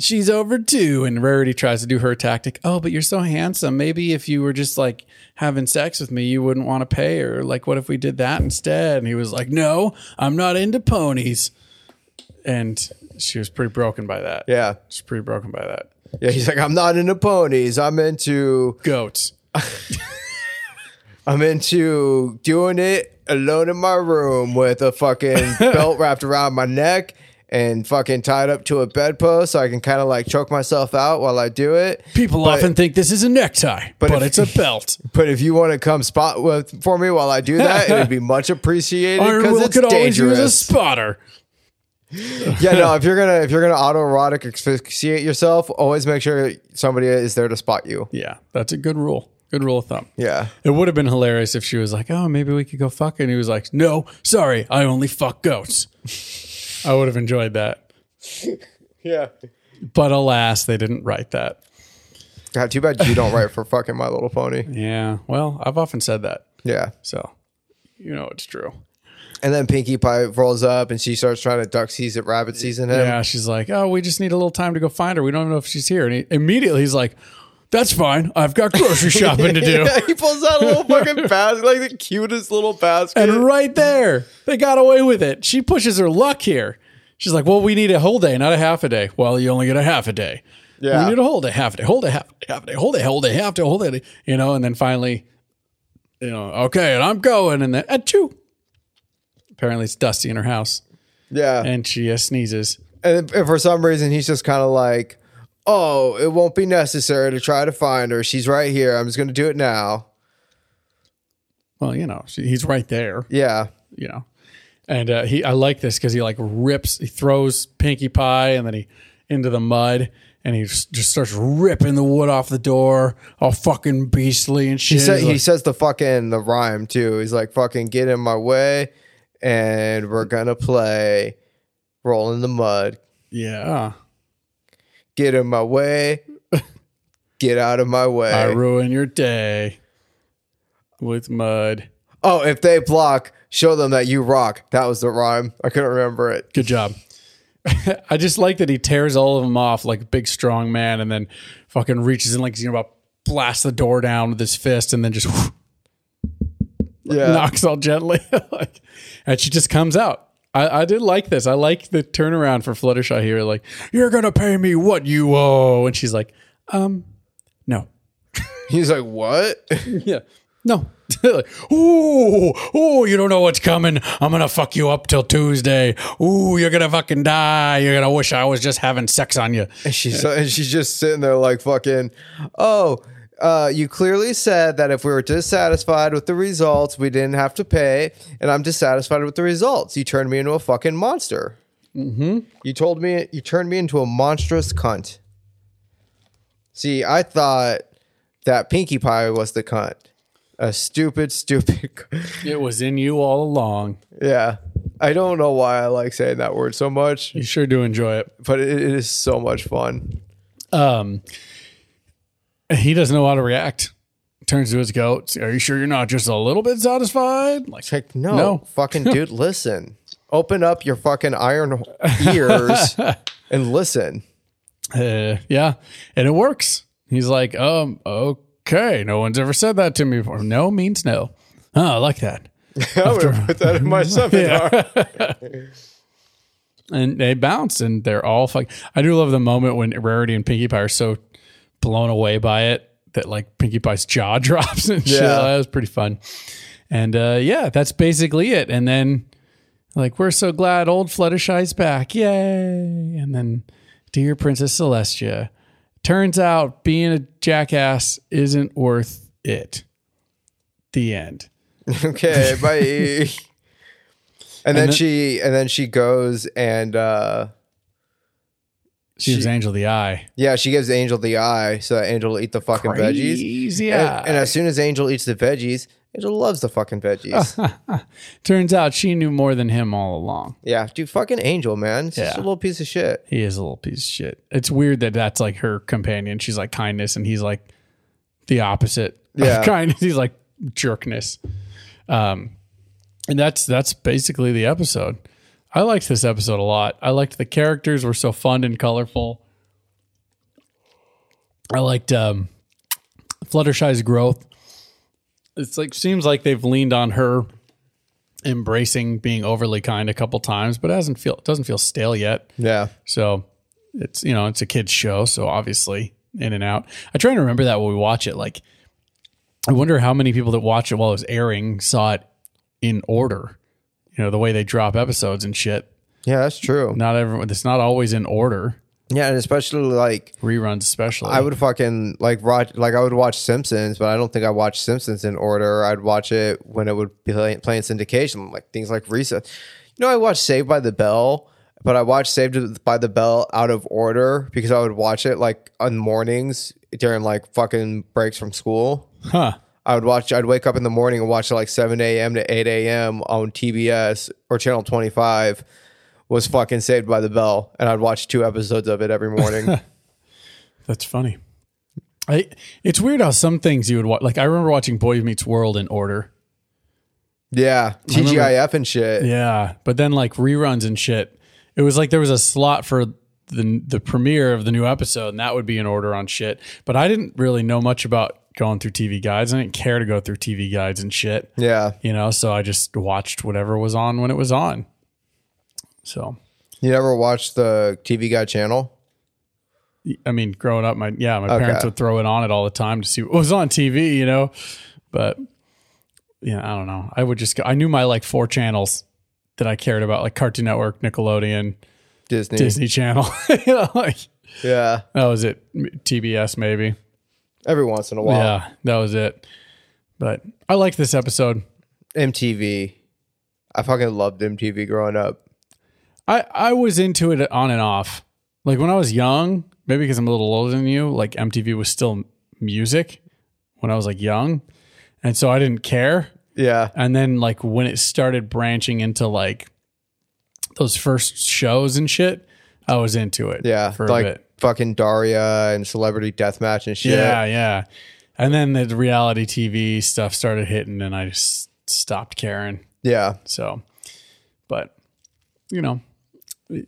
Speaker 2: She's overdue, and Rarity tries to do her tactic. Oh, but you're so handsome. Maybe if you were just like having sex with me, you wouldn't want to pay. Or like, what if we did that instead? And he was like, "No, I'm not into ponies." And she was pretty broken by that.
Speaker 3: Yeah.
Speaker 2: She's pretty broken by that.
Speaker 3: Yeah. He's like, I'm not into ponies. I'm into
Speaker 2: Goats.
Speaker 3: I'm into doing it alone in my room with a fucking belt wrapped around my neck and fucking tied up to a bedpost so I can kind of like choke myself out while I do it.
Speaker 2: People often think this is a necktie, but,
Speaker 3: but if-
Speaker 2: it's a belt.
Speaker 3: But if you want to come spot with for me while I do that, it'd be much appreciated
Speaker 2: Iron
Speaker 3: because
Speaker 2: Will
Speaker 3: it's
Speaker 2: could always use a
Speaker 3: dangerous.
Speaker 2: spotter.
Speaker 3: yeah, no. If you're gonna if you're gonna autoerotic asphyxiate yourself, always make sure somebody is there to spot you.
Speaker 2: Yeah, that's a good rule. Good rule of thumb.
Speaker 3: Yeah.
Speaker 2: It would have been hilarious if she was like, oh, maybe we could go fuck. And he was like, no, sorry, I only fuck goats. I would have enjoyed that.
Speaker 3: Yeah.
Speaker 2: But alas, they didn't write that.
Speaker 3: God, too bad you don't write for fucking My Little Pony.
Speaker 2: Yeah, well, I've often said that.
Speaker 3: Yeah.
Speaker 2: So, you know, it's true.
Speaker 3: And then Pinkie Pie rolls up and she starts trying to duck season rabbit season him.
Speaker 2: Yeah, she's like, oh, we just need a little time to go find her. We don't even know if she's here. And he, immediately he's like, that's fine. I've got grocery shopping to do.
Speaker 3: Yeah, he pulls out a little fucking basket, like the cutest little basket.
Speaker 2: And right there, they got away with it. She pushes her luck here. She's like, well, we need a whole day, not a half a day. Well, you only get a half a day.
Speaker 3: Yeah.
Speaker 2: We need a whole day, half a day, whole day, half a day, half a day, whole day, whole day, half day, whole day. You know, and then finally, you know, okay, and I'm going. And then, achoo. Apparently, it's dusty in her house.
Speaker 3: yeah. And,
Speaker 2: And she uh, sneezes.
Speaker 3: and for some reason, he's just kind of like, oh, it won't be necessary to try to find her. She's right here. I'm just going to do it now.
Speaker 2: Well, you know, she, he's right there.
Speaker 3: Yeah.
Speaker 2: you know. And uh, he, I like this because he like rips, he throws Pinkie Pie, and then he into the mud, and he s- just starts ripping the wood off the door, all fucking beastly and shit.
Speaker 3: He, sa-
Speaker 2: He's
Speaker 3: he
Speaker 2: like,
Speaker 3: says the fucking the rhyme too. He's like, fucking get in my way and we're going to play Roll in the Mud.
Speaker 2: yeah,
Speaker 3: Get in my way. Get out of my way.
Speaker 2: I ruin your day with mud.
Speaker 3: oh, if they block, show them that you rock. That was the rhyme. I couldn't remember it.
Speaker 2: Good job. I just like that he tears all of them off like a big strong man, and then fucking reaches in like he's gonna about blast the door down with his fist, and then just
Speaker 3: Yeah.
Speaker 2: knocks all gently, like, and she just comes out. I, I did like this. I like the turnaround for Fluttershy here. Like, you're gonna pay me what you owe, and she's like, um, no,
Speaker 3: He's like, what?
Speaker 2: yeah, no. like, ooh, ooh, you don't know what's coming. I'm gonna fuck you up till Tuesday. Ooh, you're gonna fucking die. You're gonna wish I was just having sex on you.
Speaker 3: And she's and she's just sitting there like fucking, oh, uh, you clearly said that if we were dissatisfied with the results, we didn't have to pay, and I'm dissatisfied with the results. You turned me into a fucking monster. Mm-hmm. You told me you turned me into a monstrous cunt. See, I thought that Pinkie Pie was the cunt. A stupid, stupid. cunt.
Speaker 2: It was in you all along.
Speaker 3: yeah. I don't know why I like saying that word so much,
Speaker 2: You sure do enjoy it.
Speaker 3: but it, it is so much fun.
Speaker 2: um, he doesn't know how to react. Turns to his goats. Are you sure you're not just a little bit satisfied? Like,
Speaker 3: It's like, no,
Speaker 2: No.
Speaker 3: fucking dude, listen. Open up your fucking iron ears and listen.
Speaker 2: uh, yeah, and it works. He's like, um, okay, no one's ever said that to me before. No means no. Oh, I like that.
Speaker 3: I would put that in my seminar.
Speaker 2: And they bounce, and they're all fuck. I do love the moment when Rarity and Pinkie Pie are so blown away by it that like Pinkie Pie's jaw drops and shit.
Speaker 3: Yeah.
Speaker 2: That was pretty fun. And uh, yeah, that's basically it. And then like we're so glad old Fluttershy's back, yay! And then dear Princess Celestia, turns out being a jackass isn't worth it. The end.
Speaker 3: Okay, bye. And, then,
Speaker 2: then-
Speaker 3: she and then she goes and uh
Speaker 2: She gives Angel the eye.
Speaker 3: yeah, she gives Angel the eye so that Angel will eat the fucking veggies.
Speaker 2: Crazy
Speaker 3: And-
Speaker 2: eye.
Speaker 3: And, as soon as Angel eats the veggies, Angel loves the fucking veggies.
Speaker 2: Turns out she knew more than him all along.
Speaker 3: yeah, dude, fucking Angel, man. It's just a
Speaker 2: Yeah.
Speaker 3: little piece of shit.
Speaker 2: He is a little piece of shit. It's weird that that's like her companion. She's like kindness, and he's like the opposite
Speaker 3: Yeah.
Speaker 2: of kindness. He's like jerkness. Um, and that's that's basically the episode. I liked this episode a lot. I liked the characters were so fun and colorful. I liked um, Fluttershy's growth. It's like seems like they've leaned on her embracing being overly kind a couple times, but it hasn't feel doesn't feel stale yet.
Speaker 3: Yeah.
Speaker 2: So it's you know it's a kids show, so obviously in and out. I try and remember that when we watch it. Like, I wonder how many people that watch it while it was airing saw it in order. You know the way they drop episodes and shit.
Speaker 3: Yeah, that's true.
Speaker 2: Not everyone. It's not always in order.
Speaker 3: Yeah, and especially like
Speaker 2: Reruns, especially.
Speaker 3: I would fucking like watch like I would watch Simpsons, but I don't think I watched Simpsons in order. I'd watch it when it would be play, playing syndication, like things like Recess. You know, I watched Saved by the Bell, but I watched Saved by the Bell out of order because I would watch it like on mornings during like fucking breaks from school.
Speaker 2: huh?
Speaker 3: I would watch. I'd wake up in the morning and watch it like seven a.m. to eight a.m. on TBS or Channel Twenty Five. Was fucking Saved by the Bell, and I'd watch two episodes of it every morning.
Speaker 2: That's funny. I. It's weird how some things you would watch. Like I remember watching Boy Meets World in order.
Speaker 3: Yeah, TGIF and shit.
Speaker 2: Yeah, but then like reruns and shit. It was like there was a slot for the the premiere of the new episode, and that would be in order on shit. But I didn't really know much about going through TV guides. I didn't care to go through TV guides and shit.
Speaker 3: Yeah.
Speaker 2: You know, so I just watched whatever was on when it was on. So,
Speaker 3: You never watched the TV Guy channel?
Speaker 2: I mean, growing up, my yeah, my parents
Speaker 3: Okay.
Speaker 2: would throw it on it all the time to see what was on TV. You know, but yeah, I don't know. I would just go. I knew my like four channels that I cared about, like Cartoon Network, Nickelodeon.
Speaker 3: Disney.
Speaker 2: Disney Channel. you know, like
Speaker 3: Yeah.
Speaker 2: that was it. TBS maybe.
Speaker 3: Every once in a while.
Speaker 2: Yeah, that was it. But I liked this episode.
Speaker 3: MTV. I fucking loved MTV growing up.
Speaker 2: I I was into it on and off. Like when I was young, maybe because I'm a little older than you, like MTV was still music when I was like young, and so I didn't care.
Speaker 3: Yeah.
Speaker 2: And then like when it started branching into like those first shows and shit, I was into it.
Speaker 3: Yeah.
Speaker 2: for
Speaker 3: like
Speaker 2: a bit.
Speaker 3: fucking Daria and Celebrity Deathmatch and shit.
Speaker 2: Yeah, yeah. And then the reality TV stuff started hitting, and I just stopped caring.
Speaker 3: Yeah.
Speaker 2: So, but you know, it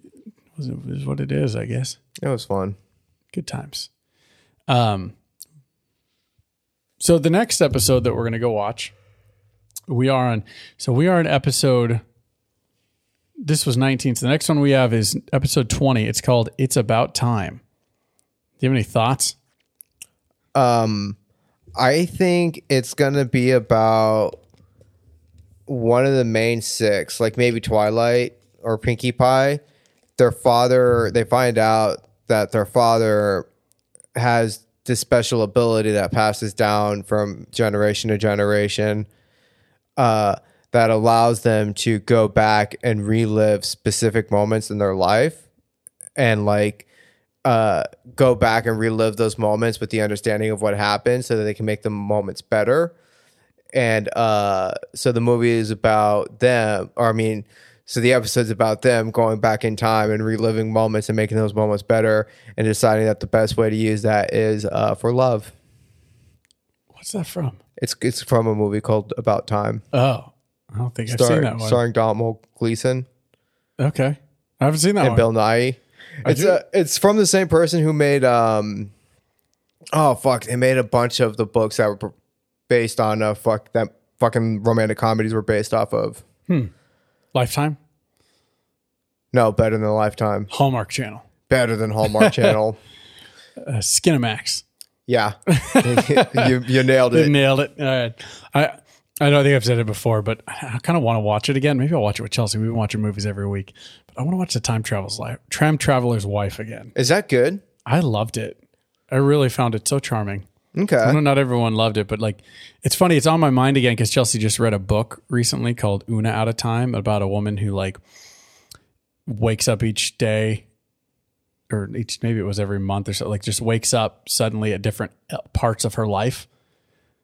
Speaker 2: was- it is what it is, I guess.
Speaker 3: It was fun.
Speaker 2: Good times. Um. So the next episode that we're gonna go watch, we are on. So we are on episode this was 19. So the next one we have is episode 20. It's called It's About Time. Do you have any thoughts?
Speaker 3: I think it's gonna be about one of the main six, like maybe Twilight or Pinkie Pie. Their father, they find out that their father has this special ability that passes down from generation to generation uh, that allows them to go back and relive specific moments in their life and like uh, go back and relive those moments with the understanding of what happened so that they can make the moments better. And uh, so the movie is about them, or I mean, so the episode's about them going back in time and reliving moments and making those moments better and deciding that the best way to use that is uh, for love.
Speaker 2: What's that from?
Speaker 3: It's it's from a movie called About Time,
Speaker 2: Oh, I don't think I've seen
Speaker 3: starring,
Speaker 2: that one.
Speaker 3: starring Donald Gleason.
Speaker 2: Okay. I haven't seen that
Speaker 3: and
Speaker 2: one.
Speaker 3: Bill Nye. It's
Speaker 2: do-
Speaker 3: a, it's from the same person who made um oh fuck they made a bunch of the books that were pr- based on uh fuck that fucking romantic comedies were based off of
Speaker 2: Lifetime?
Speaker 3: no better than Lifetime
Speaker 2: Hallmark Channel.
Speaker 3: better than Hallmark Channel
Speaker 2: Uh, Skinamax.
Speaker 3: yeah you you nailed it
Speaker 2: Nailed it. All right. I I know I think I've said it before, but I kind of want to watch it again. Maybe I'll watch it with Chelsea. We've been watching movies every week, but I want to watch the time travels life, tram traveler's wife again.
Speaker 3: is that good
Speaker 2: I loved it. I really found it so charming. I
Speaker 3: okay
Speaker 2: know not everyone loved it, but like, it's funny. It's on my mind again because Chelsea just read a book recently called Una Out of Time about a woman who like wakes up each day or each, maybe it was every month or so, like just wakes up suddenly at different uh, parts of her life.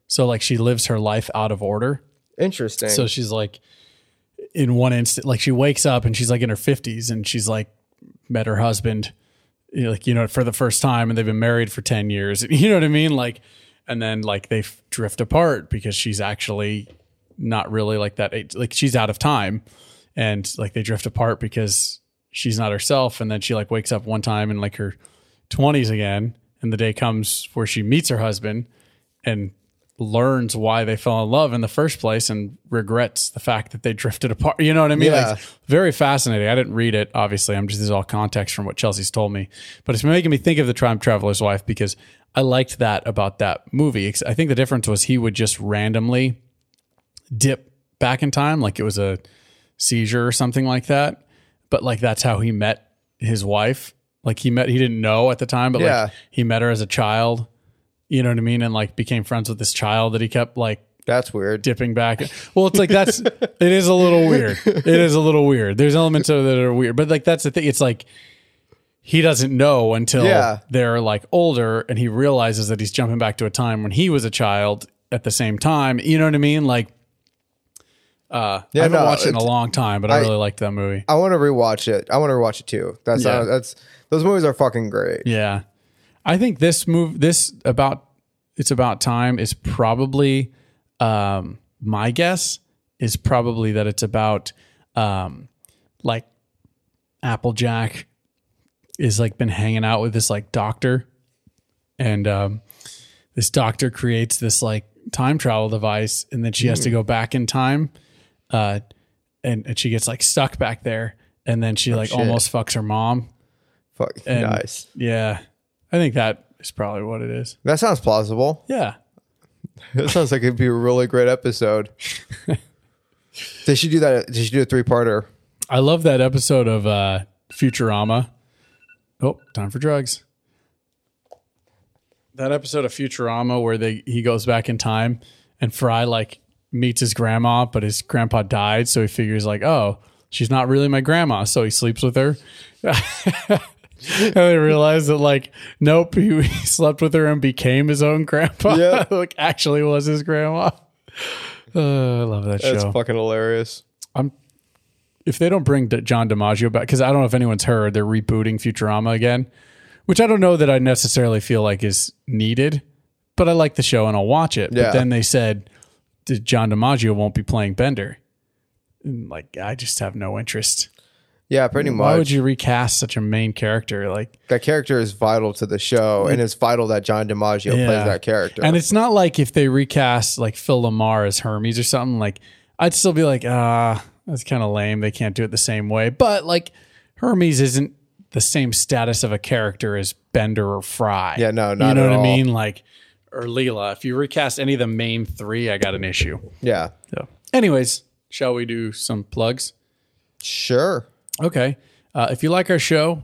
Speaker 2: So like she lives her life out of order.
Speaker 3: interesting
Speaker 2: So she's like, in one instant, like she wakes up and she's like in her fifties and she's like met her husband, you know, like you know, for the first time, and they've been married for ten years. You know what I mean? Like, and then like they f- drift apart because she's actually not really like that. age- Like she's out of time, and like they drift apart because she's not herself. And then she like wakes up one time in like her twenties again, and the day comes where she meets her husband and learns why they fell in love in the first place and regrets the fact that they drifted apart. You know what I mean?
Speaker 3: Yeah.
Speaker 2: Like, very fascinating. I didn't read it, obviously. I'm just this is all context from what Chelsea's told me, but it's making me think of the Time Traveler's Wife because I liked that about that movie. Ex- I think the difference was he would just randomly dip back in time, like it was a seizure or something like that. But like that's how he met his wife. Like he met, he didn't know at the time, but
Speaker 3: Yeah.
Speaker 2: like he met her as a child. You know what I mean? And like became friends with this child that he kept like
Speaker 3: that's weird
Speaker 2: dipping back. Well, it's like that's it is a little weird. It is a little weird. There's elements of it that are weird, but like that's the thing. It's like he doesn't know until
Speaker 3: Yeah.
Speaker 2: they're like older and he realizes that he's jumping back to a time when he was a child at the same time. You know what I mean? Like uh I haven't
Speaker 3: no,
Speaker 2: watched it in a
Speaker 3: it's-
Speaker 2: long time, but I, really liked that movie.
Speaker 3: I want to rewatch it I want to rewatch it too that's uh,
Speaker 2: Yeah.
Speaker 3: that's those movies are fucking great
Speaker 2: Yeah. I think this move this about it's about time is probably um my guess is probably that it's about um like Applejack is like been hanging out with this like doctor and um this doctor creates this like time travel device and then she has to go back in time uh and, and she gets like stuck back there and then she like
Speaker 3: shit.
Speaker 2: almost fucks her mom
Speaker 3: fuck
Speaker 2: and-
Speaker 3: nice
Speaker 2: Yeah. I think that is probably what it is.
Speaker 3: that sounds plausible
Speaker 2: Yeah.
Speaker 3: That sounds like it'd be a really great episode. they should do that. They should do a three parter.
Speaker 2: I love that episode of uh, Futurama. Oh, time for drugs. That episode of Futurama where they he goes back in time and Fry like meets his grandma, but his grandpa died, so he figures like, oh, she's not really my grandma, so he sleeps with her. and they realize that like, nope, he, he slept with her and became his own grandpa.
Speaker 3: Yeah.
Speaker 2: like actually was his grandma. Uh, I love that
Speaker 3: That's
Speaker 2: show.
Speaker 3: fucking hilarious.
Speaker 2: if they don't bring D- John DiMaggio back, because I don't know if anyone's heard, they're rebooting Futurama again, which I don't know that I necessarily feel like is needed, but I like the show and I'll watch it.
Speaker 3: Yeah.
Speaker 2: But then they said that John DiMaggio won't be playing Bender. And like, I just have no interest.
Speaker 3: Yeah, pretty
Speaker 2: Why
Speaker 3: much.
Speaker 2: would you recast such a main character? Like,
Speaker 3: that character is vital to the show, and it's vital that John DiMaggio plays that character.
Speaker 2: And it's not like if they recast like Phil Lamar as Hermes or something, like I'd still be like, ah, That's kind of lame. They can't do it the same way. But like Hermes isn't the same status of a character as Bender or Fry.
Speaker 3: Yeah, no, not
Speaker 2: you know
Speaker 3: at
Speaker 2: what
Speaker 3: all.
Speaker 2: I mean. Like or Leela. If you recast any of the main three, I got an issue.
Speaker 3: Yeah.
Speaker 2: So, anyways, shall we do some plugs?
Speaker 3: Sure.
Speaker 2: Okay. Uh, if you like our show,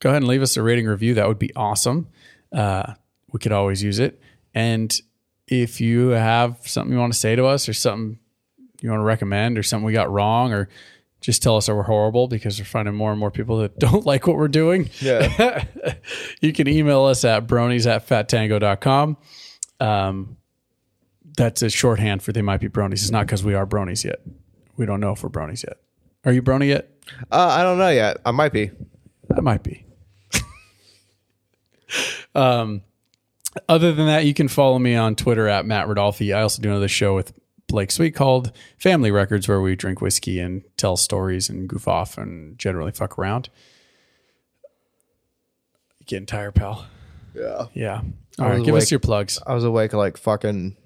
Speaker 2: go ahead and leave us a rating review. That would be awesome. Uh, we could always use it. And if you have something you want to say to us or something you want to recommend or something we got wrong or just tell us that we're horrible because we're finding more and more people that don't like what we're doing.
Speaker 3: Yeah.
Speaker 2: you can email us at bronies at fattango.com. Um, that's a shorthand for they might be bronies. It's not because we are bronies yet. We don't know if we're bronies yet. Are you brony yet?
Speaker 3: Uh, I don't know yet. I might be.
Speaker 2: That might be. um, other than that, you can follow me on Twitter at Matt Rodolfi. I also do another show with Blake Sweet called Family Records, where we drink whiskey and tell stories and goof off and generally fuck around. Getting tired, pal.
Speaker 3: Yeah.
Speaker 2: Yeah. All
Speaker 3: was
Speaker 2: right, give
Speaker 3: awake.
Speaker 2: us your plugs.
Speaker 3: I was awake at like fucking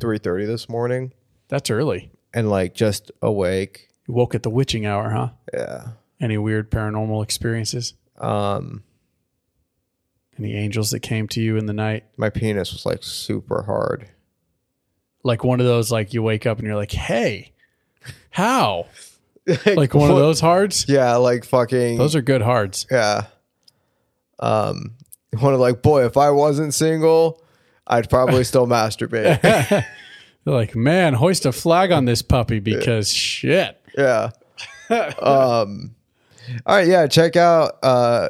Speaker 3: three thirty this morning,
Speaker 2: That's early.
Speaker 3: and like just awake.
Speaker 2: You woke at the witching hour, huh?
Speaker 3: Yeah.
Speaker 2: Any weird paranormal experiences?
Speaker 3: Um,
Speaker 2: Any angels that came to you in the night?
Speaker 3: my penis was like super hard.
Speaker 2: Like one of those, like you wake up and you're like, hey, how? like one of those hards.
Speaker 3: Yeah, like fucking.
Speaker 2: Those are good hards.
Speaker 3: Yeah. Um, one of like, boy, if I wasn't single, I'd probably still masturbate.
Speaker 2: They're like, man, hoist a flag on this puppy because shit.
Speaker 3: Yeah. Um. All right. Yeah. Check out uh,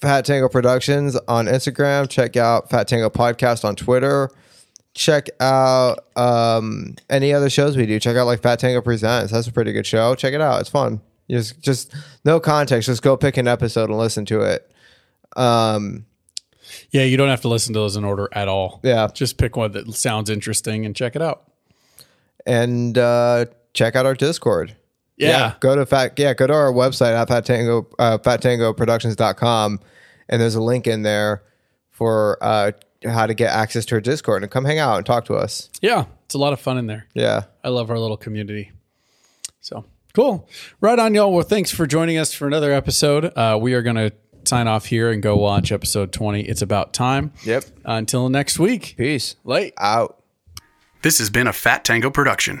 Speaker 3: Fat Tango Productions on Instagram. Check out Fat Tango Podcast on Twitter. Check out um, any other shows we do. Check out like Fat Tango Presents. That's a pretty good show. Check it out. It's fun. Just, just no context. Just go pick an episode and listen to it. Um.
Speaker 2: Yeah, you don't have to listen to those in order at all.
Speaker 3: Yeah.
Speaker 2: Just pick one that sounds interesting and check it out.
Speaker 3: and uh, check out our Discord.
Speaker 2: Yeah.
Speaker 3: Go to fat yeah, go to our website at fat tango uh, fattangoproductions.com and there's a link in there for uh, how to get access to our Discord and come hang out and talk to us.
Speaker 2: Yeah. It's a lot of fun in there.
Speaker 3: Yeah.
Speaker 2: I love our little community. So cool. Right on, y'all. Well, thanks for joining us for another episode. Uh, we are going to sign off here and go watch episode 20. It's about time.
Speaker 3: Yep.
Speaker 2: until next week.
Speaker 3: Peace.
Speaker 2: Late.
Speaker 3: Out.
Speaker 2: This has been a Fat Tango production.